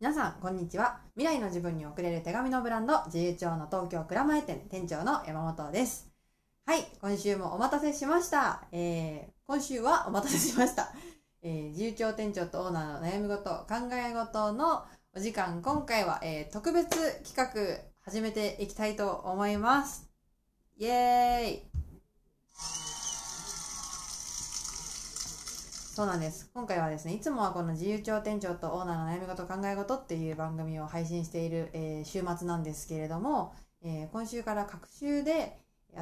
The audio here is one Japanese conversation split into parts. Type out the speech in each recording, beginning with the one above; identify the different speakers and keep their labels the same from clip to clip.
Speaker 1: 皆さんこんにちは未来の自分に送れる手紙のブランド自由帳の東京蔵前店店長の山本ですはい今週もお待たせしました、えー、今週はお待たせしました、えー、自由帳店長とオーナーの悩み事考え事のお時間今回は、えー、特別企画始めていきたいと思いますイエーイそうなんです。今回はですね、いつもはこの自由帳店長とオーナーの悩み事考え事っていう番組を配信している、えー週末なんですけれども、えー今週から各週で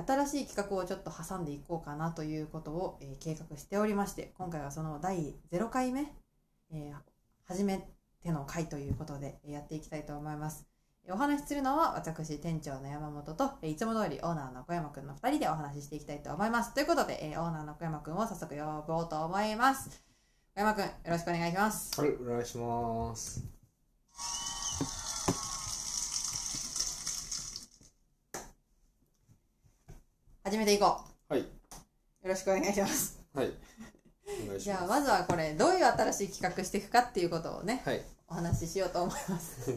Speaker 1: 新しい企画をちょっと挟んでいこうかなということを、えー計画しておりまして、今回はその第0回目、えー初めての回ということでえーやっていきたいと思います。えーお話しするのは私店長の山本と、えーいつも通りオーナーの小山くんの2人でお話ししていきたいと思います。ということで、えーオーナーの小山くんを早速呼ぼうと思います。小山くん、よろしくお願いします。
Speaker 2: はい、お願いします。
Speaker 1: 始めていこう。
Speaker 2: はい
Speaker 1: よろしくお願いします。
Speaker 2: はい。お願いし
Speaker 1: じゃあ、
Speaker 2: ま
Speaker 1: まずはこれ、どういう新しい企画していくかっていうことをね、
Speaker 2: す。はい。
Speaker 1: お話ししようと思います。
Speaker 2: は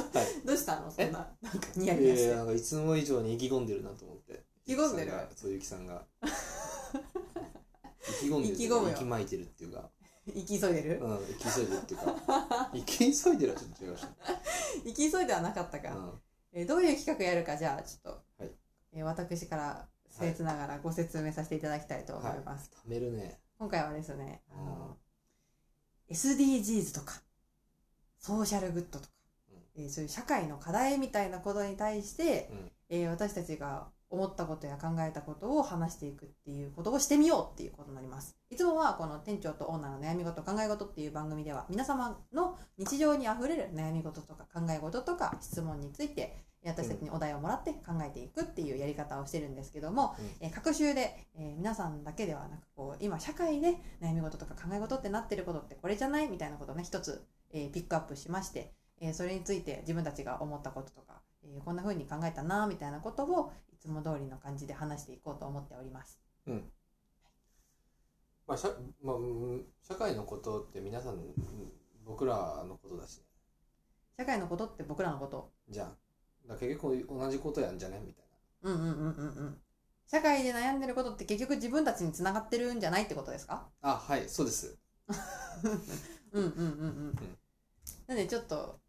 Speaker 1: どうしたのそんな、なんかニヤ
Speaker 2: い
Speaker 1: ニヤし
Speaker 2: や
Speaker 1: て。
Speaker 2: なんかいつも以上に意気込んでるなと思って。
Speaker 1: 意気込んでる
Speaker 2: ゆきさがそう、ゆきさ んが。意気込んでるって
Speaker 1: 意
Speaker 2: い
Speaker 1: 気
Speaker 2: うか。
Speaker 1: 込むよ
Speaker 2: 息巻いてるっていうか。
Speaker 1: 行き急いでる
Speaker 2: うん、行き急いで るっていうか。行き急いでるはちょっと違うし。
Speaker 1: 行き急いではなかった
Speaker 2: う
Speaker 1: か。
Speaker 2: ん。
Speaker 1: えーどういう企画やるか、じゃあ、ちょっと、
Speaker 2: はい
Speaker 1: えー私から、せ越ながらご説明させていただきたいと思います。
Speaker 2: 貯めるね。
Speaker 1: 今回はですね、あ
Speaker 2: うん
Speaker 1: の、SDGs とか、ソーシャルグッドとか、えーそういう社会の課題みたいなことに対して、
Speaker 2: うん
Speaker 1: えー私たちが思ったことや考えたことを話していくっていうことをしてみようっていうことになります。いつもはこの店長とオーナーの悩み事考え事っていう番組では皆様の日常にあふれる悩み事とか考え事とか質問について私たちにお題をもらって考えていくっていうやり方をしてるんですけども、えー各週で、えー皆さんだけではなくこう今社会で悩み事とか考え事ってなってることってこれじゃないみたいなことをね一つ、えーピックアップしましてえーそれについて自分たちが思ったこととか、えーこんな風に考えたなみたいなことをいつも通りの感じで話していこうと思っております。
Speaker 2: まあ、社、まあ、うん社会のことって皆さん、うん僕らのことだしね。
Speaker 1: 社会のことって僕らのこと。
Speaker 2: じゃあ。だから結局同じことやんじゃねみたい
Speaker 1: うんうんうんうんうん。社会で悩んでることって結局自分たちにつながってるんじゃないってことですか
Speaker 2: な。あ、はい、そうです。
Speaker 1: うんうんうんうん。なんでちょっと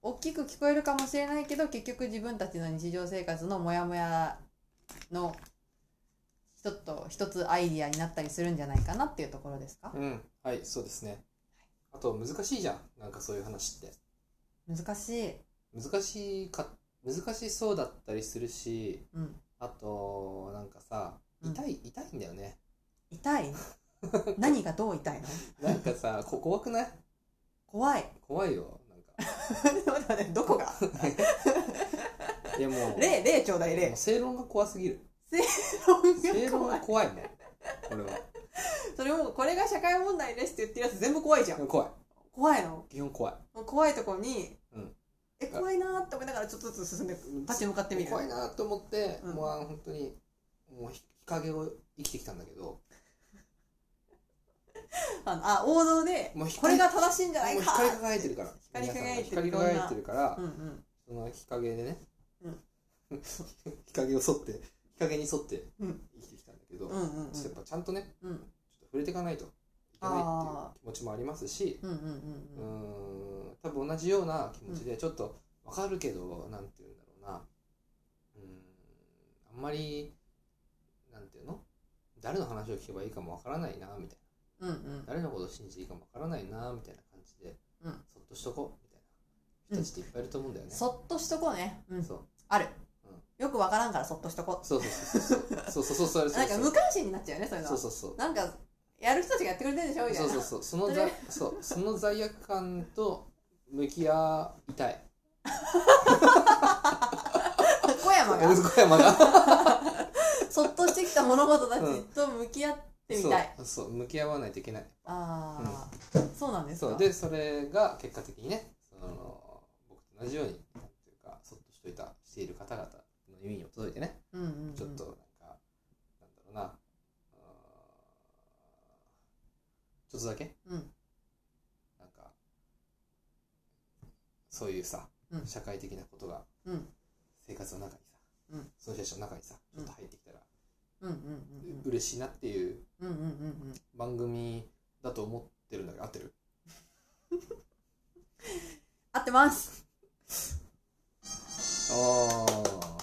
Speaker 1: 大きく聞こえるかもしれないけど結局自分たちの日常生活のモヤモヤのちょっと一つアイディアになったりするんじゃないかなっていうところですか
Speaker 2: うん。はい、そうですね。あと、難しいじゃん。なんかそういう話って。
Speaker 1: 難しい。
Speaker 2: 難しいか難しそうだったりするし
Speaker 1: うん。
Speaker 2: あとなんかさ
Speaker 1: うん
Speaker 2: 痛い、痛いんだよね
Speaker 1: 痛 い何がどう痛いの
Speaker 2: なんかさ こ怖くない
Speaker 1: 怖い
Speaker 2: 怖いよなん
Speaker 1: 待って待ってどこが
Speaker 2: かいやもう
Speaker 1: 例例ちょうだい
Speaker 2: も
Speaker 1: 例
Speaker 2: う正論が怖すぎる 正論
Speaker 1: 怖
Speaker 2: が
Speaker 1: い
Speaker 2: 怖いもん俺は
Speaker 1: それもうこれが社会問題ですって言ってるやつ全部怖いじゃん
Speaker 2: 怖い
Speaker 1: 怖いの
Speaker 2: 基本怖い
Speaker 1: もう怖いとこに、
Speaker 2: うん
Speaker 1: え怖いなーって思いながらちょっとずつ進んで立ち向かってみる
Speaker 2: 怖いなと思って、
Speaker 1: うん
Speaker 2: もうあの本当にもう日陰を生きてきたんだけど
Speaker 1: あのあ王道で
Speaker 2: もう光
Speaker 1: これが正しいんじゃない
Speaker 2: もう
Speaker 1: か
Speaker 2: 光り輝いてるから
Speaker 1: 光り輝いてる
Speaker 2: 皆さん光り輝いてるから、
Speaker 1: うんうん
Speaker 2: その日陰でね、
Speaker 1: う
Speaker 2: 日陰を沿って日陰に沿って
Speaker 1: うん
Speaker 2: 生きてきたんだけど、
Speaker 1: うんうんうん
Speaker 2: ちょっとやっぱちゃんとね
Speaker 1: うん
Speaker 2: ちょっと触れていかないといけないっていう気持ちもありますし
Speaker 1: うんうん
Speaker 2: うー
Speaker 1: うんうん
Speaker 2: ん多分同じような気持ちでちょっとわかるけどなんて言うんだろうなうーんあんまりなんて言うの誰の話を聞けばいいかもわからないなみたい
Speaker 1: うん
Speaker 2: な誰のことを信じていいかもわからないなみたいな感じで、
Speaker 1: うん
Speaker 2: そっとしとこうみたいな人たちっていっぱいいると思うんだよ
Speaker 1: うん
Speaker 2: ね、
Speaker 1: そっとしとこうねうん
Speaker 2: そう
Speaker 1: ある
Speaker 2: うん
Speaker 1: よくわからんからそっとしとこ
Speaker 2: そうそうそうそうそうそうそうそう
Speaker 1: うなんか無関心になっちゃうよねそういうのは
Speaker 2: そうそうそう
Speaker 1: なんかやる人たちがやってくれてるでしょみたい
Speaker 2: そう
Speaker 1: な
Speaker 2: そうそうその 罪そうその罪悪感と向き合いたい
Speaker 1: 小山が
Speaker 2: 小山が
Speaker 1: そっとしてきた物事たちと向き合ってみたい、
Speaker 2: そうそう向き合わないといけない
Speaker 1: ああ、そうなんですか
Speaker 2: そうでそれが結果的にねその僕と同じようになんていうかそっとしといたしている方々の耳にも届いてね、
Speaker 1: うんうんうん、
Speaker 2: ちょっとなんかなんだろうなうーんちょっとだけ
Speaker 1: うん
Speaker 2: なんかそういうさ、
Speaker 1: うん
Speaker 2: 社会的なことが
Speaker 1: うん
Speaker 2: 生活の中にさ、
Speaker 1: うん
Speaker 2: その人たちの中にさちょっと入ってきたら
Speaker 1: うんうん
Speaker 2: 嬉しいなっていう
Speaker 1: うんうんうんうんうん
Speaker 2: 番組だと思ってるんだけど合ってる
Speaker 1: 合ってます
Speaker 2: あ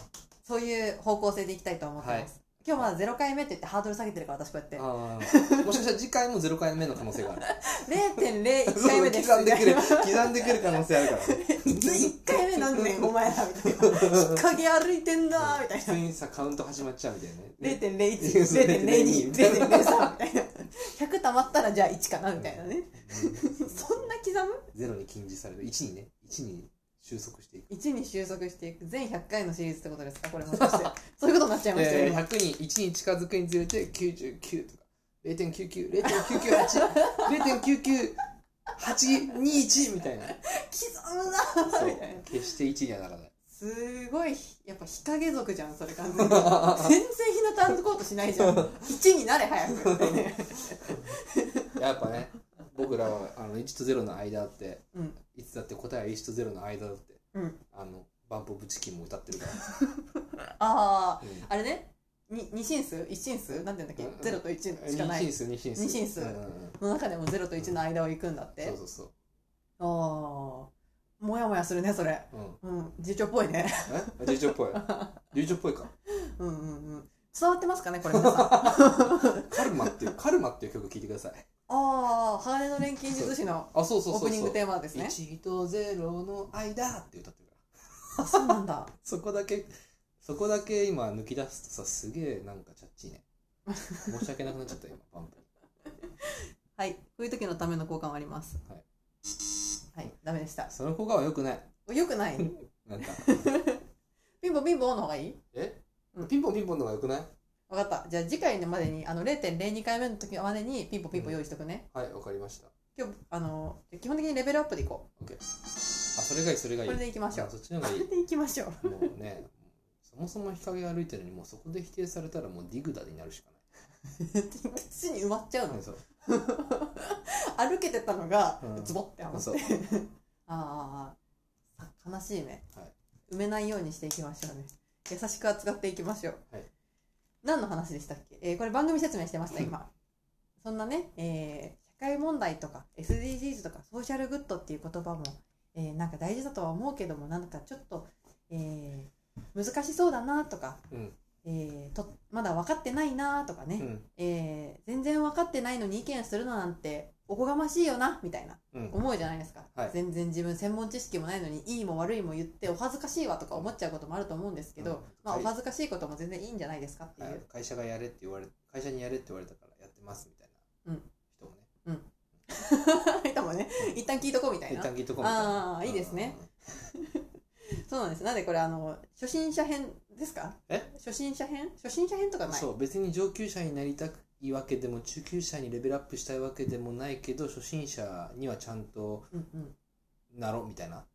Speaker 1: そういう方向性でいきたいと思ってます、今日まだ0回目って言ってハードル下げてるから私こうやって
Speaker 2: ーあーもしかしたら次回も0回目の可能 性がある
Speaker 1: 0.01回目です
Speaker 2: そう刻んでく る刻んでくる可能性あるから
Speaker 1: 1回目なんねんお 前らみたいな日陰歩いてんだみたい
Speaker 2: 普通にさカウント始まっちゃうみたいなね
Speaker 1: な
Speaker 2: ね
Speaker 1: 0.0102 0.03みたいな100たまったらじゃあ1かなみたいなね
Speaker 2: うん
Speaker 1: そんな刻む
Speaker 2: ゼロに禁じされる1にね1に収束していく
Speaker 1: 1に収束していく全100回のシリーズってことですかこれもしか してそういうことになっちゃいましたよ
Speaker 2: えー
Speaker 1: 今
Speaker 2: 100に1に近づくにつれて99とか0.99098099821みたいな
Speaker 1: 刻む
Speaker 2: そ
Speaker 1: な
Speaker 2: う
Speaker 1: みたいな
Speaker 2: 決して1にはな らない
Speaker 1: すごいやっぱ日陰族じゃんそれ完全に全然日向コートしないじゃ ん1になれ早く
Speaker 2: やっぱね僕らはあの1と0の間って、
Speaker 1: うん
Speaker 2: いつだって答えは1と0の間だって、
Speaker 1: うん
Speaker 2: あのバンプオブチキンも歌って るから、
Speaker 1: ああ
Speaker 2: うん
Speaker 1: あれねに二進数一進数なんて言うんだっ
Speaker 2: うん
Speaker 1: けゼロと一しかな
Speaker 2: 二進
Speaker 1: い
Speaker 2: 数二進数
Speaker 1: 二進数
Speaker 2: うんうんうん
Speaker 1: の中でもゼロと一の間を行くんだって
Speaker 2: そうそうそ
Speaker 1: ああもやもやするねそれ
Speaker 2: う、うん、
Speaker 1: うん次長っぽいね
Speaker 2: え流暢っぽい 流暢っぽいか
Speaker 1: うんうんうん伝わってますかねこれ皆さ んあ
Speaker 2: カルマっていうカルマっていう曲聴いてください
Speaker 1: あ鋼の錬金術師の
Speaker 2: あそうそう
Speaker 1: オー
Speaker 2: そう
Speaker 1: プニン
Speaker 2: そう
Speaker 1: グテーマですね
Speaker 2: 1と0の間って歌ってるから
Speaker 1: あそうなんだ
Speaker 2: そこだけそこだけ今抜き出すとさすげえなんかチャッチーね申し訳なくなっちゃった今バンプ
Speaker 1: はいこういう時のための交換はあります
Speaker 2: はい、
Speaker 1: はい、ダメでした
Speaker 2: その効果はよくない
Speaker 1: よくない
Speaker 2: な んか
Speaker 1: ピンポンピンポンの方がいい
Speaker 2: え、
Speaker 1: うん
Speaker 2: ピンポンピンポンの方がよくない
Speaker 1: 分かったじゃあ次回までにあの0.02回目の時までにピンポンピンポン用意しとくね、
Speaker 2: はいわかりました
Speaker 1: 今日あの基本的にレベルアップでいこ
Speaker 2: あそれがいいそれが
Speaker 1: う
Speaker 2: いい
Speaker 1: これでいきましょう
Speaker 2: あそっちの方
Speaker 1: こ
Speaker 2: がいい
Speaker 1: れでいきましょう
Speaker 2: もうねそもそも日陰歩いてるのにもうそこで否定されたらもうディグダになるしか
Speaker 1: 土に埋まっちゃう
Speaker 2: ない、
Speaker 1: の
Speaker 2: そう
Speaker 1: 歩けてたのが
Speaker 2: うん
Speaker 1: ズボってはまって、
Speaker 2: そう
Speaker 1: あああ悲しいね、
Speaker 2: はい
Speaker 1: 埋めないようにしていきましょうね優しく扱っていきましょう、
Speaker 2: はい
Speaker 1: 何の話でしたっけ、えーこれ番組説明して ました今そんなね、えー社会問題とか SDGs とかソーシャルグッドっていう言葉も、えーなんか大事だとは思うけどもなんかちょっと、えー難しそうだなとか、
Speaker 2: うん
Speaker 1: えーとまだ分かってないなとかね、
Speaker 2: うん
Speaker 1: えー全然分かってないのに意見するのなんておこがましいよなみたいな
Speaker 2: うん
Speaker 1: 思うじゃないですか、
Speaker 2: はい
Speaker 1: 全然自分専門知識もないのにいいも悪いも言ってお恥ずかしいわとか思っちゃうこともあると思うんですけど、
Speaker 2: うん
Speaker 1: まあ、
Speaker 2: は
Speaker 1: お
Speaker 2: い
Speaker 1: 恥ずかしいことも全然いいんじゃないですかっていう、
Speaker 2: はい会社がやれって言われ会社にやれって言われたからやってますみたいな
Speaker 1: うん
Speaker 2: 人も ね
Speaker 1: でもね一旦聞いとこうみたい
Speaker 2: 一
Speaker 1: な
Speaker 2: 旦聞いとこうみたいな
Speaker 1: あーいいですねそうなんですなんでこれあの初心者編ですか
Speaker 2: え
Speaker 1: 初心者編初心者編とか
Speaker 2: うん
Speaker 1: ない
Speaker 2: そう別に上級者になりたいわけでも中級者にレベルアップしたいわけでもないけど初心者にはちゃんと
Speaker 1: うんうん、
Speaker 2: なろうみたいな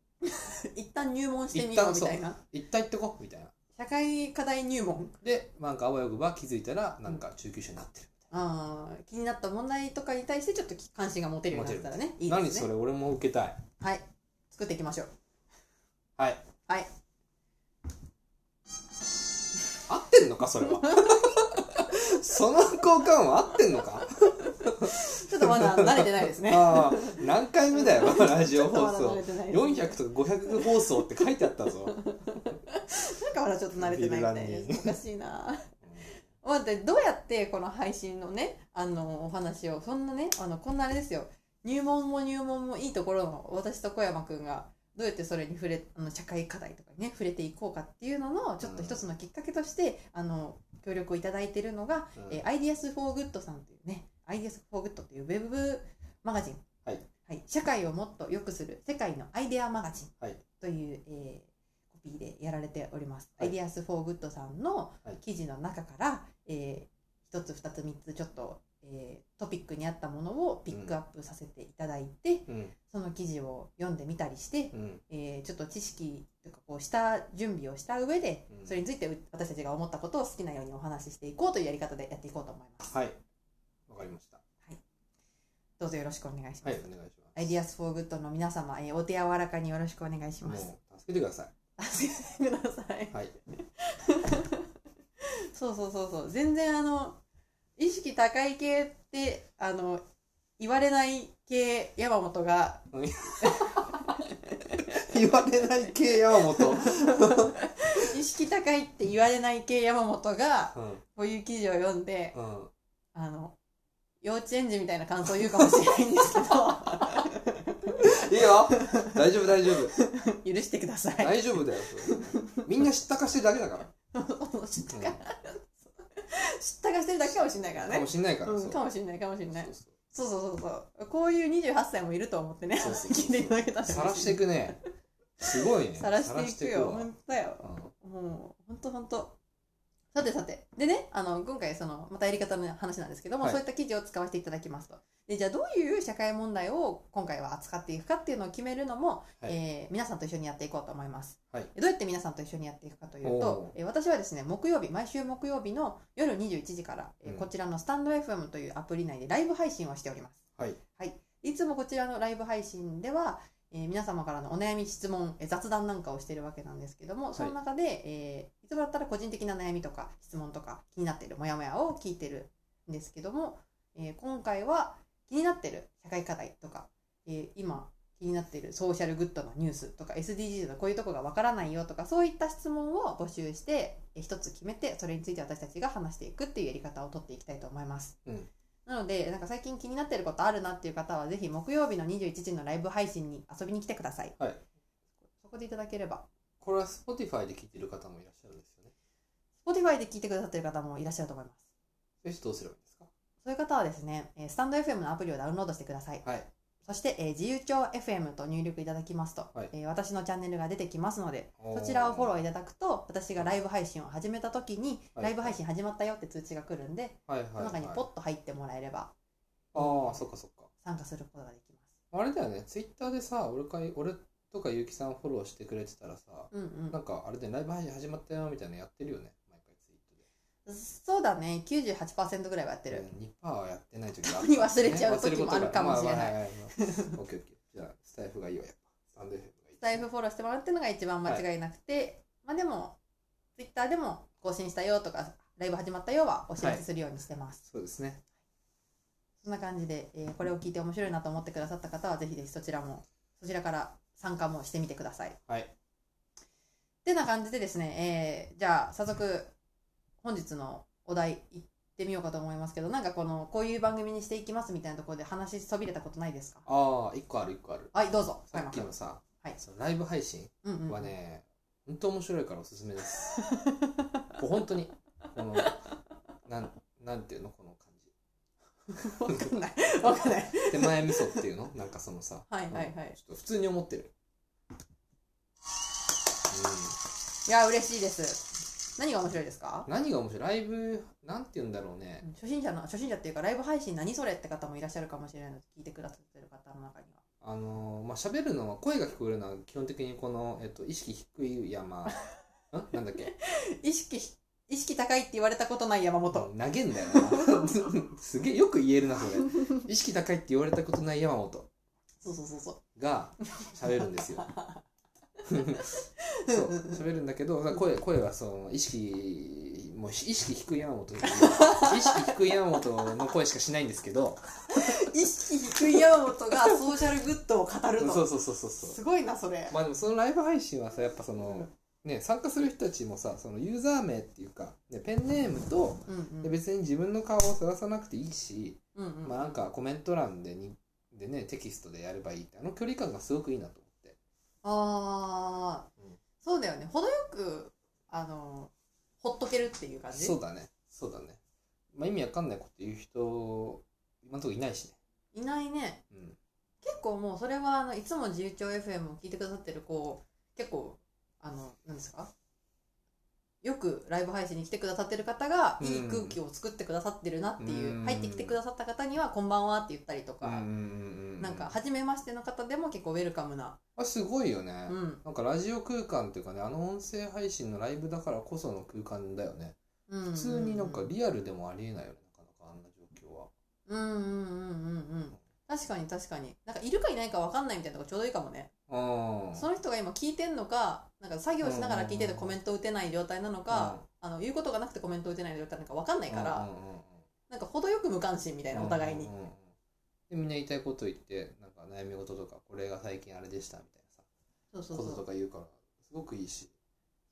Speaker 1: 一旦入門してみようみ
Speaker 2: 一旦そう
Speaker 1: たいな
Speaker 2: 一旦行ってこうみたいな
Speaker 1: 社会課題入門
Speaker 2: でなんかあわよくば気づいたらなんか中級者になってる
Speaker 1: あー気になった問題とかに対してちょっと関心が持てるようになったらねいいですね
Speaker 2: 何それ俺も受けたい
Speaker 1: はい。作っていきましょう。
Speaker 2: はい
Speaker 1: はい。
Speaker 2: 合ってんのかそれ はその交換は合ってんのか
Speaker 1: ちょっとまだ慣れてないですね。
Speaker 2: ああ何回目だよラジオ
Speaker 1: ちょっとま
Speaker 2: 放
Speaker 1: だ慣
Speaker 2: 送
Speaker 1: れてないですね、
Speaker 2: 400とか500放送って書いてあったぞ
Speaker 1: なんかまだちょっと慣れてない
Speaker 2: ビル
Speaker 1: み
Speaker 2: ラン
Speaker 1: たい
Speaker 2: に
Speaker 1: おかしいな。待って、どうやってこの配信のね、あの、お話を、そんなね、あの、こんなあれですよ。入門も入門もいいところの、私と小山くんが、どうやってそれに触れ、あの、社会課題とかにね、触れていこうかっていうのの、ちょっと一つのきっかけとして、あの、協力をいただいているのが、
Speaker 2: うん
Speaker 1: えー、Ideas for Good さんというね、Ideas for Good というウェブマガジン、
Speaker 2: はい
Speaker 1: 社会をもっと良くする世界のアイデアマガジン
Speaker 2: はい
Speaker 1: という、えーコピーでやられております。
Speaker 2: はい
Speaker 1: Ideas for Good さんの
Speaker 2: はい
Speaker 1: 記事の中から、えー、1つ、2つ、3つちょっと、えートピックに合ったものをピックアップさせていただいて、
Speaker 2: うん
Speaker 1: その記事を読んでみたりして、
Speaker 2: うん
Speaker 1: えーちょっと知識とかこうした準備をした上で、
Speaker 2: うん
Speaker 1: それについてう私たちが思ったことを好きなようにお話ししていこうというやり方でやっていこうと思います。
Speaker 2: はいわかりました
Speaker 1: どうぞよろしくお願いします。
Speaker 2: はいお願いします
Speaker 1: アイディアス・フォー・グッドの皆様、えーお手柔らかによろしくお願いし
Speaker 2: もう
Speaker 1: ます。
Speaker 2: 助けてくださ
Speaker 1: 助けてください
Speaker 2: い。。 はい。
Speaker 1: そうそうそうそう。全然あの、意識高い系って、あの、言われない系山本が、
Speaker 2: 言われない系山本。
Speaker 1: 意識高いって言われない系山本が、
Speaker 2: うん。
Speaker 1: こういう記事を読んで、
Speaker 2: うん。
Speaker 1: あの、幼稚園児みたいな感想を言うかもしれないんです
Speaker 2: いいよ。大丈夫大丈夫。
Speaker 1: けど、許してください。
Speaker 2: 大丈夫だよ。それみんな知ったかしてるだけだから。
Speaker 1: 知ったか、知ったかしてるだけかもしれないから
Speaker 2: か
Speaker 1: ね
Speaker 2: も。しんないから。
Speaker 1: う
Speaker 2: そ
Speaker 1: ん、
Speaker 2: う
Speaker 1: かもしれないかもしれない
Speaker 2: そう。そう
Speaker 1: そうそうそうそう。こういう28歳もいると思ってね、
Speaker 2: そうそう
Speaker 1: 聞いていただけたら嬉
Speaker 2: さらしてい
Speaker 1: い
Speaker 2: くね。すごいね。
Speaker 1: さらしていくよ。
Speaker 2: さらして
Speaker 1: 本当だよ
Speaker 2: い。くわ
Speaker 1: もう、本当本当。さてさて。でね、あの、今回、その、またやり方の話なんですけども、
Speaker 2: はい
Speaker 1: そういった記事を使わせていただきますと。で、じゃあどういう社会問題を今回は扱っていくかっていうのを決めるのも、
Speaker 2: はい
Speaker 1: えー皆さんと一緒にやっていこうと思います。
Speaker 2: はい
Speaker 1: どうやって皆さんと一緒にやっていくかというと
Speaker 2: お、
Speaker 1: えー私はですね、木曜日、毎週木曜日の夜21時から、えー
Speaker 2: うん
Speaker 1: こちらのスタンド FM というアプリ内でライブ配信をしております。
Speaker 2: はい。
Speaker 1: いつもこちらのライブ配信では、えー皆様からのお悩み、質問、えー雑談なんかをしているわけなんですけども、その中で、えーいつもだったら個人的な悩みとか質問とか気になっているモヤモヤを聞いてるんですけども、えー今回は気になっている社会課題とか、えー今気になっているソーシャルグッドのニュースとか SDGs のこういうとこがわからないよとかそういった質問を募集してえー一つ決めてそれについて私たちが話していくっていうやり方を取っていきたいと思います。なので、なんか最近気になってることあるなっていう方は、ぜひ木曜日の21時のライブ配信に遊びに来てください。
Speaker 2: はい
Speaker 1: そこでいただければ。
Speaker 2: これは Spotify で聞いてる方もいらっしゃるんですよね。
Speaker 1: Spotify で聞いてくださってる方もいらっしゃると思います。
Speaker 2: そしてどうすればいいんですか
Speaker 1: そういう方はですね、えースタンド FM のアプリをダウンロードしてください。
Speaker 2: はい。
Speaker 1: そして、えー自由帳 FM と入力いただきますと、
Speaker 2: はい
Speaker 1: えー私のチャンネルが出てきますので、
Speaker 2: おー
Speaker 1: そちらをフォローいただくと、私がライブ配信を始めた時に、
Speaker 2: はい
Speaker 1: ライブ配信始まったよって通知が来るんで、
Speaker 2: はいはい、
Speaker 1: そ
Speaker 2: はい。
Speaker 1: の中にポッと入ってもらえれば
Speaker 2: ああ、そっかそっか。
Speaker 1: 参加することができます。
Speaker 2: あれだよね、ツイッターでさ、俺かい俺とか結城さんフォローしてくれてたらさ、
Speaker 1: うんうん
Speaker 2: なんかあれでライブ配信始まったよみたいなのやってるよね、毎回ツイートで。
Speaker 1: そうだね98%ぐらいはやってる、
Speaker 2: うん2%はやってない時があ
Speaker 1: たまに忘れちゃう時もあるかもしれない
Speaker 2: い。まあまあまあまあまあオッケーオッケー。じゃあ、スタイフがいいわ、やっぱ。スタンド FM がいい。
Speaker 1: スタイフフォローしてもらうっていうのが一番間違いなくて、まあでも Twitter でも更新したよとかライブ始まったよはお知らせするようにしてます、
Speaker 2: そうですね。
Speaker 1: そんな感じで、えーこれを聞いて面白いなと思ってくださった方はぜひぜひそちらもそちらから参加もしてみてください
Speaker 2: はい。
Speaker 1: てな感じでですね、えーじゃあ早速本日のお題いってみようかと思いますけどなんかこのこういう番組にしていきますみたいなところで話しそびれたことないですか
Speaker 2: ああ、1個ある、1個ある。
Speaker 1: はいどうぞ
Speaker 2: さっきのさ、
Speaker 1: はい
Speaker 2: そのライブ配信
Speaker 1: うんうんうん
Speaker 2: はね、本当面白いからおすすめです。 こう本当に、この、なん、なんていうの、この感じ。
Speaker 1: わかんない。わかんない。
Speaker 2: 手前味噌っていうのなんかそのさ
Speaker 1: はいはいはい
Speaker 2: うんちょっと普通に思ってる
Speaker 1: いや、嬉しいです。何が面白いですか
Speaker 2: うん何が面白いライブなんて言うんだろうね
Speaker 1: 初心者の、初心者っていうか、ライブ配信何それって方もいらっしゃるかもしれないので、聞いてくださってる方の中には。
Speaker 2: あのーまあ喋るのは声が聞こえるのは基本的にこの、えっと、意識低 い山んなんだっけ
Speaker 1: 意識し、意識高いって言われたことない山本。
Speaker 2: 投げんだよな すげえよく言えるなそれ意識高いって言われたことない山本
Speaker 1: そうそうそうそう。
Speaker 2: が喋るんですよそう喋るんだけど声声はその意識もう意識低い山本意識低い山本の声しかしないんですけど
Speaker 1: 意識低い山本がソーシャルグッドを語る
Speaker 2: そう
Speaker 1: と。
Speaker 2: そうそうそうそ
Speaker 1: すごいな、それ
Speaker 2: う。まあでもそのライブ配信はさやっぱそうの
Speaker 1: ん、
Speaker 2: ね、参加する人たちもさそのユーザー名っていうか、ね、ペンネームと
Speaker 1: うんうん。
Speaker 2: で別に自分の顔を探さなくていいし、
Speaker 1: うんうん。
Speaker 2: まあなんかコメント欄でにでねテキストでやればいいってあの距離感がすごくいいなと思って
Speaker 1: あー
Speaker 2: うん
Speaker 1: そうだよね。程よく、あの、ほっとけるっていう感じ。
Speaker 2: そうだねそうだねまあ意味わかんないこと言う人今のところいないしね
Speaker 1: いないね。
Speaker 2: うん
Speaker 1: 結構もうそれはあのいつも自由帳 FM を聞いてくださってる子結構あの何ですかよくライブ配信に来てくださってる方が
Speaker 2: うん
Speaker 1: いい空気を作ってくださってるなっていう、
Speaker 2: うん
Speaker 1: 入ってきてくださった方には「こんばんは」って言ったりと
Speaker 2: うんう
Speaker 1: か、
Speaker 2: んう
Speaker 1: なんか初めましての方でも結構ウェルカムな、
Speaker 2: あすごいよね、
Speaker 1: うん
Speaker 2: なんかラジオ空間っていうかねあの音声配信のライブだからこその空間だよね
Speaker 1: うん
Speaker 2: 普通になんかリアルでもありえないよねなかなかあんな状況は
Speaker 1: うんうんうんうんうん確かに確かになんかいるかいないか分かんないみたいなとこちょうどいいかもね、
Speaker 2: うん
Speaker 1: その人が今聞いてんのかなんか作業しながら聞いててコメント打てない状態なのか、あの言うことがなくてコメント打てない状態なのか分かんないから、
Speaker 2: うんうんうんうん
Speaker 1: なんか程よく無関心みたいなお互いに、
Speaker 2: うんうんうんでみんな言いたいこと言ってなんか悩み事とかこれが最近あれでしたみたい
Speaker 1: そうそ
Speaker 2: なさ
Speaker 1: う
Speaker 2: こと
Speaker 1: そ
Speaker 2: と
Speaker 1: う
Speaker 2: か言うからすごくいいし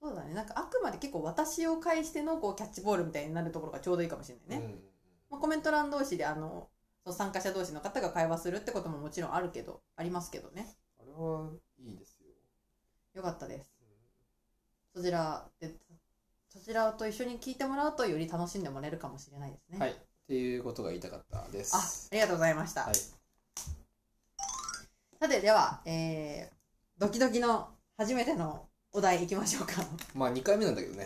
Speaker 1: そうだねなんかあくまで結構私を介してのこうキャッチボールみたいになるところがちょうどいいかもしれな
Speaker 2: うん
Speaker 1: いね、
Speaker 2: うんうん
Speaker 1: まあ、コメント欄同士であのその参加者同士の方が会話するってことももちろんあるけどありますけどね
Speaker 2: あれはいいですよ
Speaker 1: よかったですそちらでそちらと一緒に聞いてもらうとより楽しんでもらえるかもしれないですね、
Speaker 2: はいっていうことが言いたかったです
Speaker 1: あありがとうございました、
Speaker 2: はい
Speaker 1: さてでは、えー、ドキドキの初めてのお題いきましょうか
Speaker 2: まあ2回目なんだけどね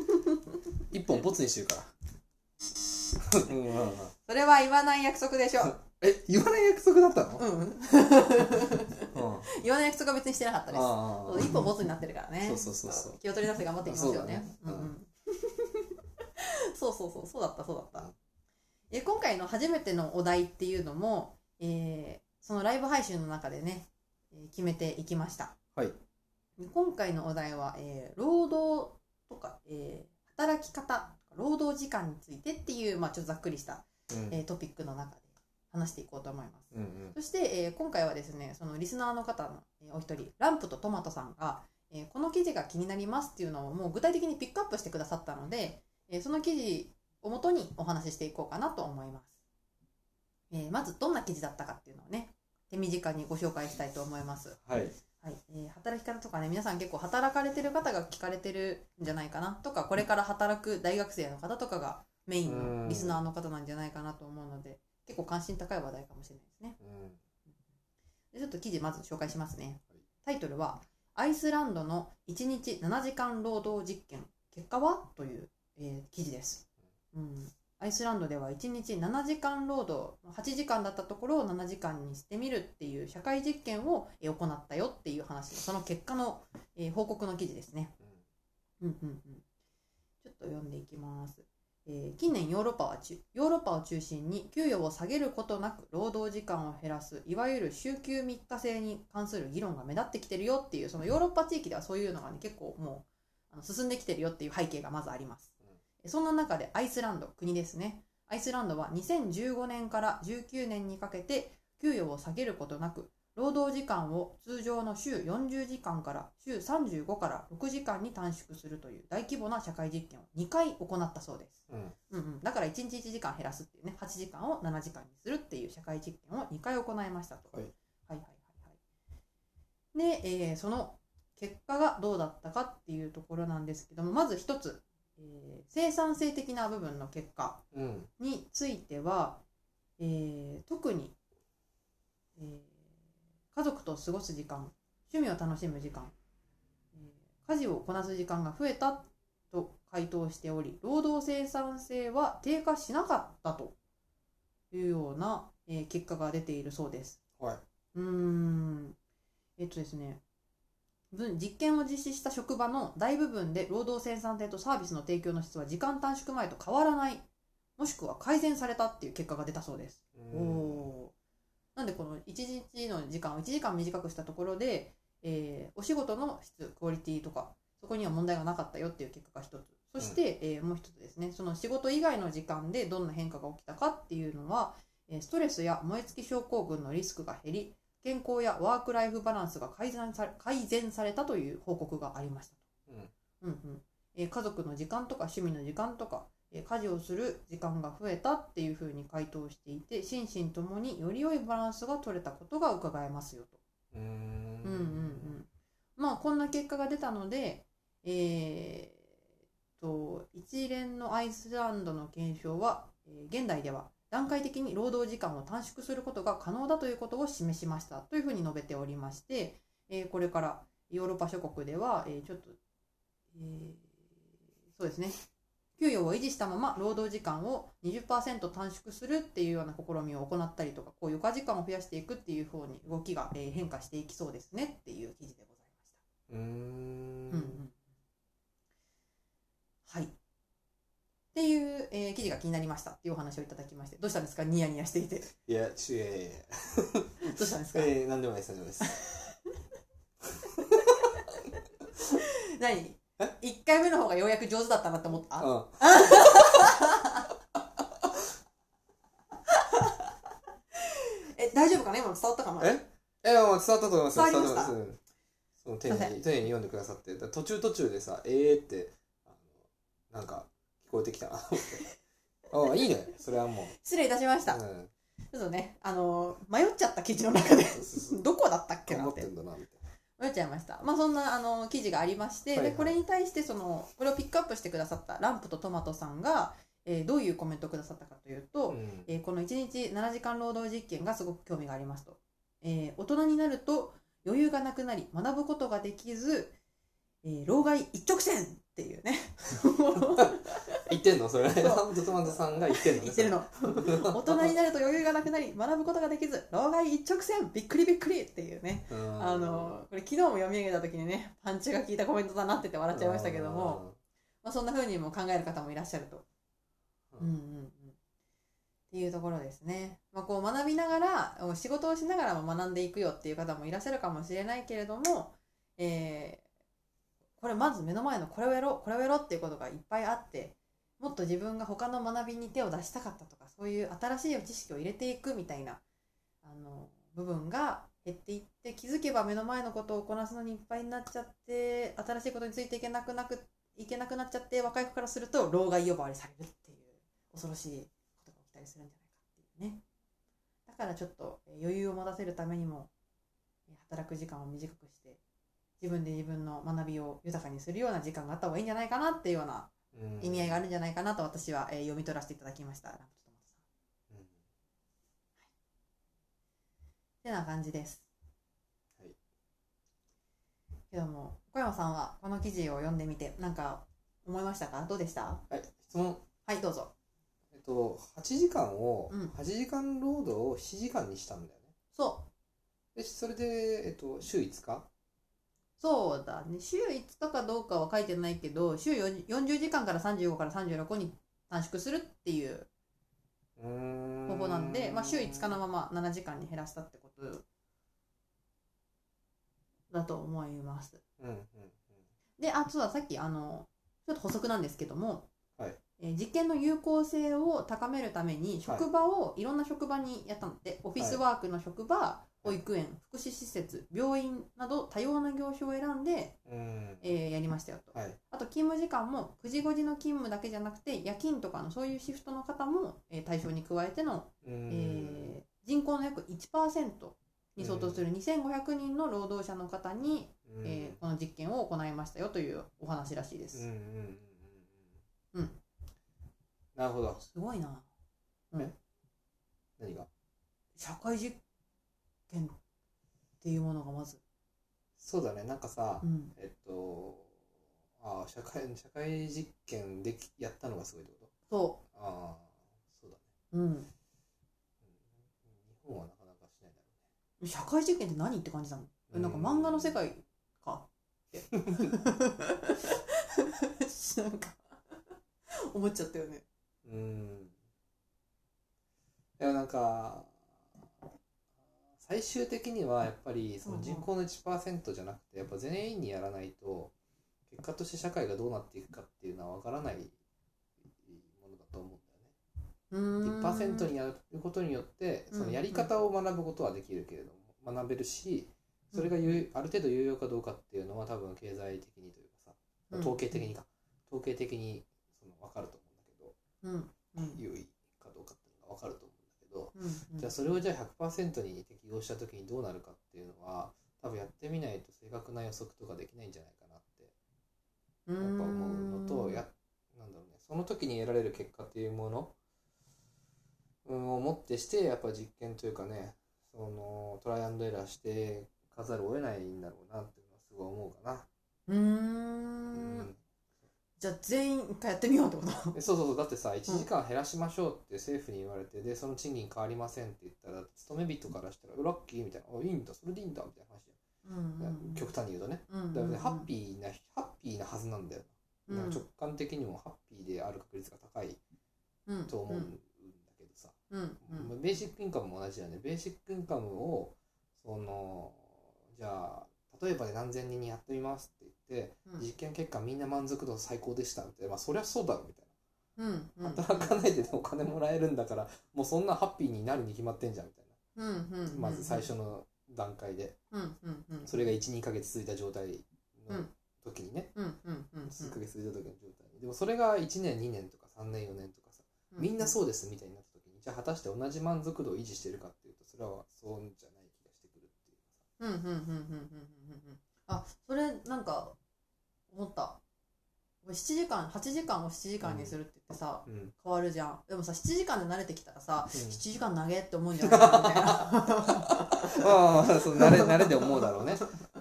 Speaker 2: 一本ボツにしてるから うんうんうん
Speaker 1: それは言わない約束でし ょう
Speaker 2: え言わない約束だったの
Speaker 1: うん うん
Speaker 2: うん
Speaker 1: 言わない約束は別にしてなかったです
Speaker 2: あ
Speaker 1: そう一歩ボツになってるからね
Speaker 2: そうそうそうそう
Speaker 1: 気を取り出して頑張っていきますよね
Speaker 2: そうだね
Speaker 1: んん そうそうそうそうだったそうだったえ今回の初めてのお題っていうのも、えーそのライブ配信の中でねえー決めていきました、
Speaker 2: はい
Speaker 1: 今回のお題は、えー労働とか、えー働き方労働時間についてっていう、まあ、ちょっとざっくりした、
Speaker 2: うん
Speaker 1: えートピックの中で話していこうと思います
Speaker 2: うんうん
Speaker 1: そして、えー今回はですねそのリスナーの方の、えーお一人ランプとトマトさんが、えーこの記事が気になりますっていうのをもう具体的にピックアップしてくださったので、えーその記事をもとにお話ししていこうかなと思います、えーまずどんな記事だったかっていうのをね手短にご紹介したいと思います
Speaker 2: はい
Speaker 1: はいえー働き方とかね皆さん結構働かれてる方が聞かれてるんじゃないかなとかこれから働く大学生の方とかがメインのリスナーの方なんじゃないかなと思うので結構関心高い話題かもしれないですね
Speaker 2: うん
Speaker 1: でちょっと記事まず紹介しますね。タイトルは、アイスランドの1日7時間労働実験、結果はという、えー記事です、うん。アイスランドでは1日7時間労働、8時間だったところを7時間にしてみるっていう社会実験をえー行ったよっていう話、その結果の、えー報告の記事ですね。うんうんうん、ちょっと読んでいきます、えー近年ヨーロッパはちヨーロッパを中心に給与を下げることなく労働時間を減らすいわゆる週休3日制に関する議論が目立ってきてるよっていうそのヨーロッパ地域ではそういうのがね結構もうあの進んできてるよっていう背景がまずあります、えそんな中でアイスランド国ですねアイスランドは2015年から19年にかけて給与を下げることなく労働時間を通常の週40時間から週35から6時間に短縮するという大規模な社会実験を2回行ったそうです。
Speaker 2: うんうん
Speaker 1: うんうん、だから1日1時間減らすっていうね8時間を7時間にするっていう社会実験を2回行いましたと。
Speaker 2: はい
Speaker 1: はいはいはいはいで、えーその結果がどうだったかっていうところなんですけどもまず一つ、えー生産性的な部分の結果
Speaker 2: うん
Speaker 1: については、えー特に、えー家族と過ごす時間趣味を楽しむ時間、えー家事をこなす時間が増えたと回答しており労働生産性は低下しなかったというような、えー結果が出ているそうです。
Speaker 2: はいう
Speaker 1: ーんえっとですね分実験を実施した職場の大部分で労働生産性とサービスの提供の質は時間短縮前と変わらないもしくは改善されたっていう結果が出たそうです。
Speaker 2: うん
Speaker 1: おーなんでこの1日の時間を1時間短くしたところで、えーお仕事の質クオリティとかそこには問題がなかったよっていう結果が一つそして、えーもう一つですねその仕事以外の時間でどんな変化が起きたかっていうのはえーストレスや燃え尽き症候群のリスクが減り健康やワークライフバランスが改善され改善されたという報告がありましたと。うんうんえー家族の時間とか趣味の時間とか、えー家事をする時間が増えたっていうふうに回答していて心身ともにより良いバランスが取れたことが伺えますよと。
Speaker 2: うーん
Speaker 1: うんうんうん、まあこんな結果が出たので、えー、と一連のアイスランドの検証は、えー現代では段階的に労働時間を短縮することが可能だということを示しましたというふうに述べておりまして、えーこれからヨーロッパ諸国では、えーちょっと、えーそうですね給与を維持したまま労働時間を20%短縮するっていうような試みを行ったりとかこういう余暇時間を増やしていくっていう方に動きがえー変化していきそうですねっていう記事でございました。
Speaker 2: うーん
Speaker 1: うんうんはいっていう、えー記事が気になりましたっていうお話をいただきましてどうしたんですかニヤニヤしてい てど
Speaker 2: いや、ちいやいやいや。
Speaker 1: うしたんですか、
Speaker 2: えー、なんでもないです、なんでもないです。
Speaker 1: 何1回目の方がようやく上手だったなって思った、
Speaker 2: うん。
Speaker 1: え大丈夫かな今の伝わったかな
Speaker 2: ええ、まあ伝わったと思いますよ。
Speaker 1: 伝わりました
Speaker 2: 伝わってますうんその
Speaker 1: すいま
Speaker 2: 丁
Speaker 1: せ
Speaker 2: 寧に、丁寧に読んでくださって。だから途中途中でさ、えーって、あのなんか、聞こえてきたな。ああ、いいね。それはもう。
Speaker 1: 失礼いたしました、ち
Speaker 2: うん。
Speaker 1: ょっとねあのー迷っちゃった記事の中で
Speaker 2: そうそうそう
Speaker 1: どこだったっけな
Speaker 2: 頑張
Speaker 1: っ
Speaker 2: って
Speaker 1: て
Speaker 2: んだな、みたい
Speaker 1: 迷っちゃいましたまあそんなあの記事がありまして、
Speaker 2: はいはい
Speaker 1: でこれに対してそのこれをピックアップしてくださったランプとトマトさんが、えーどういうコメントをくださったかというと、
Speaker 2: な。うん。
Speaker 1: えーこの1日7時間労働実験がすごく興味がありますと、えー大人になると余裕がなくなり学ぶことができず、えー老害一直線っていう ね
Speaker 2: 言ってんのそれ。
Speaker 1: う
Speaker 2: ランドトマトさんが言ってんの
Speaker 1: 言ってる。の大人になると余裕がなくなり学ぶことができず老害一直線びっくりびっくりっていうねあ
Speaker 2: あ
Speaker 1: の、これ昨日も読み上げた時にねパンチが効いたコメントだなってて笑っちゃいましたけども、まあ、そんな風にも考える方もいらっしゃるとう
Speaker 2: う
Speaker 1: んんうんうんっていうところですね。まあ、こう学びながらお仕事をしながらも学んでいくよっていう方もいらっしゃるかもしれないけれども、えーこれまず目の前のこれをやろうこれをやろうっていうことがいっぱいあってもっと自分が他の学びに手を出したかったとかそういう新しい知識を入れていくみたいなあの部分が減っていって気づけば目の前のことをこなすのにいっぱいになっちゃって新しいことについていけなくなくいけなくなっちゃって若い子からすると老害呼ばわりされるっていう恐ろしいことが起きたりするんじゃないかっていうねだからちょっとえー余裕を持たせるためにもえー働く時間を短くして自分で自分の学びを豊かにするような時間があった方がいいんじゃないかなっていうような
Speaker 2: うん
Speaker 1: 意味合いがあるんじゃないかなと私はえー読み取らせていただきましたランプトマトさん
Speaker 2: うん
Speaker 1: てな感じです。
Speaker 2: はい
Speaker 1: けども小山さんはこの記事を読んでみてなんか思いましたかどうでした
Speaker 2: はい、質問。
Speaker 1: はいどうぞ
Speaker 2: えっと、8時間を、
Speaker 1: うん
Speaker 2: 8時間労働を7時間にしたんだよね。
Speaker 1: そう
Speaker 2: で、それで、えっと、週5日
Speaker 1: そうだね週5日かどうかは書いてないけど週40 40時間から35から36に短縮するっていう
Speaker 2: うーん
Speaker 1: 方法なんで、まあ、週5日のまま7時間に減らしたってことだと思います
Speaker 2: うんうんうん。
Speaker 1: であとはさっきあのちょっと補足なんですけども、
Speaker 2: はい
Speaker 1: えー実験の有効性を高めるために
Speaker 2: はい
Speaker 1: 職場をいろんな職場にやったので、オフィスワークの職場、
Speaker 2: い
Speaker 1: 保育園福祉施設病院など多様な業種を選んで、
Speaker 2: うん。
Speaker 1: えーやりましたよと、
Speaker 2: はい。
Speaker 1: あと勤務時間も9時5時の勤務だけじゃなくて夜勤とかのそういうシフトの方も、えー対象に加えての、
Speaker 2: うーん
Speaker 1: えー人口の約1%に相当する2500人の労働者の方に
Speaker 2: うん
Speaker 1: えーこの実験を行いましたよというお話らしいで
Speaker 2: うん
Speaker 1: す。
Speaker 2: うんうんうん。
Speaker 1: うん。
Speaker 2: なるほど。
Speaker 1: すごいな。
Speaker 2: 何が
Speaker 1: 社会実験っていうものがまず。
Speaker 2: そうだね、なんかさ、
Speaker 1: うん、
Speaker 2: えっと、ああ、社会、社会実験でき、やったのがすごいってこ
Speaker 1: そ
Speaker 2: とああ、そうだね。
Speaker 1: う、うん。
Speaker 2: うん日本はなかなかしないだろ
Speaker 1: 社会実験って何って感じなの、
Speaker 2: うね。
Speaker 1: なんか漫画の世界かって。なんか、思っちゃったよね。
Speaker 2: うん。でもなんか、最終的にはやっぱりその人口の1%じゃなくて、やっぱ全員にやらないと、結果として社会がどうなっていくかっていうのは分からないものだと思うん
Speaker 1: うーん
Speaker 2: だよね。1%にやることによって、そのやり方を学ぶことはできるけれども、学べるし、それが有ある程度有用かどうかっていうのは多分経済的にというかさ、統計的にか、統計的にその分かると思うんだ
Speaker 1: う
Speaker 2: けど、
Speaker 1: ん。うん。うん。
Speaker 2: 優位かどうかっていうのが分かると思うんだけど、
Speaker 1: うんうん
Speaker 2: じゃあそれをじゃあ100%に適用した時にどうなるかっていうのは多分やってみないと正確な予測とかできないんじゃないかなって
Speaker 1: う
Speaker 2: やっぱ思うのと
Speaker 1: ーん
Speaker 2: やなんだろうねその時に得られる結果っていうものうんをもってしてやっぱ実験というかねそのトライアンドエラーしてかざるを得ないんだろうなっていうのはすごい思うかな。
Speaker 1: うー。
Speaker 2: うん
Speaker 1: じゃあ全員一回やってみようってこと
Speaker 2: えそうそうそうだってさ1時間減らしましょうって政府に言われて、でその賃金変わりませんって言ったら勤め人からしたらうわラッキーみたいなあいいんだそれでいいんだみたいな話
Speaker 1: うん
Speaker 2: じゃん、極端に言うとね
Speaker 1: うんうんうん
Speaker 2: だからねハッピーなハッピーなはずなんだよ
Speaker 1: ううん
Speaker 2: なんか直感的にもハッピーである確率が高い
Speaker 1: うん
Speaker 2: と思うんだけどさ、
Speaker 1: うん
Speaker 2: まあベーシックインカムも同じだよねベーシックインカムをそのじゃあ例えばで何千人にやってみますって言って、
Speaker 1: うん
Speaker 2: 実験結果みんな満足度最高でしたみたいな、まあ、そりゃそうだろみたい
Speaker 1: うんうん
Speaker 2: な働かないでお金もらえるんだからもうそんなハッピーになるに決まってんじゃんみたい
Speaker 1: うんうんう
Speaker 2: な、
Speaker 1: ん
Speaker 2: まず最初の段階で
Speaker 1: うんうんうん
Speaker 2: それが12ヶ月続いた状態
Speaker 1: う
Speaker 2: の
Speaker 1: ん
Speaker 2: 時にね、
Speaker 1: うんうんうん
Speaker 2: 数ヶ月続いた時の状態にでもそれが1年2年とか3年4年とかさみんなそうですみたいになった時にじゃあ果たして同じ満足度を維持してるかっていうとそれはそうじゃない気がしてくる
Speaker 1: うんう
Speaker 2: っていうか
Speaker 1: んうんうんうんうんうんうんあそれなんか思った7時間8時間を7時間にするって言ってさ、
Speaker 2: さ、うん
Speaker 1: 変わるじゃんでもさ7時間で慣れてきたらさ
Speaker 2: うん
Speaker 1: 7時間投げって思うんじゃないかなみたい な
Speaker 2: ああそう慣れ 慣れで思うだろうね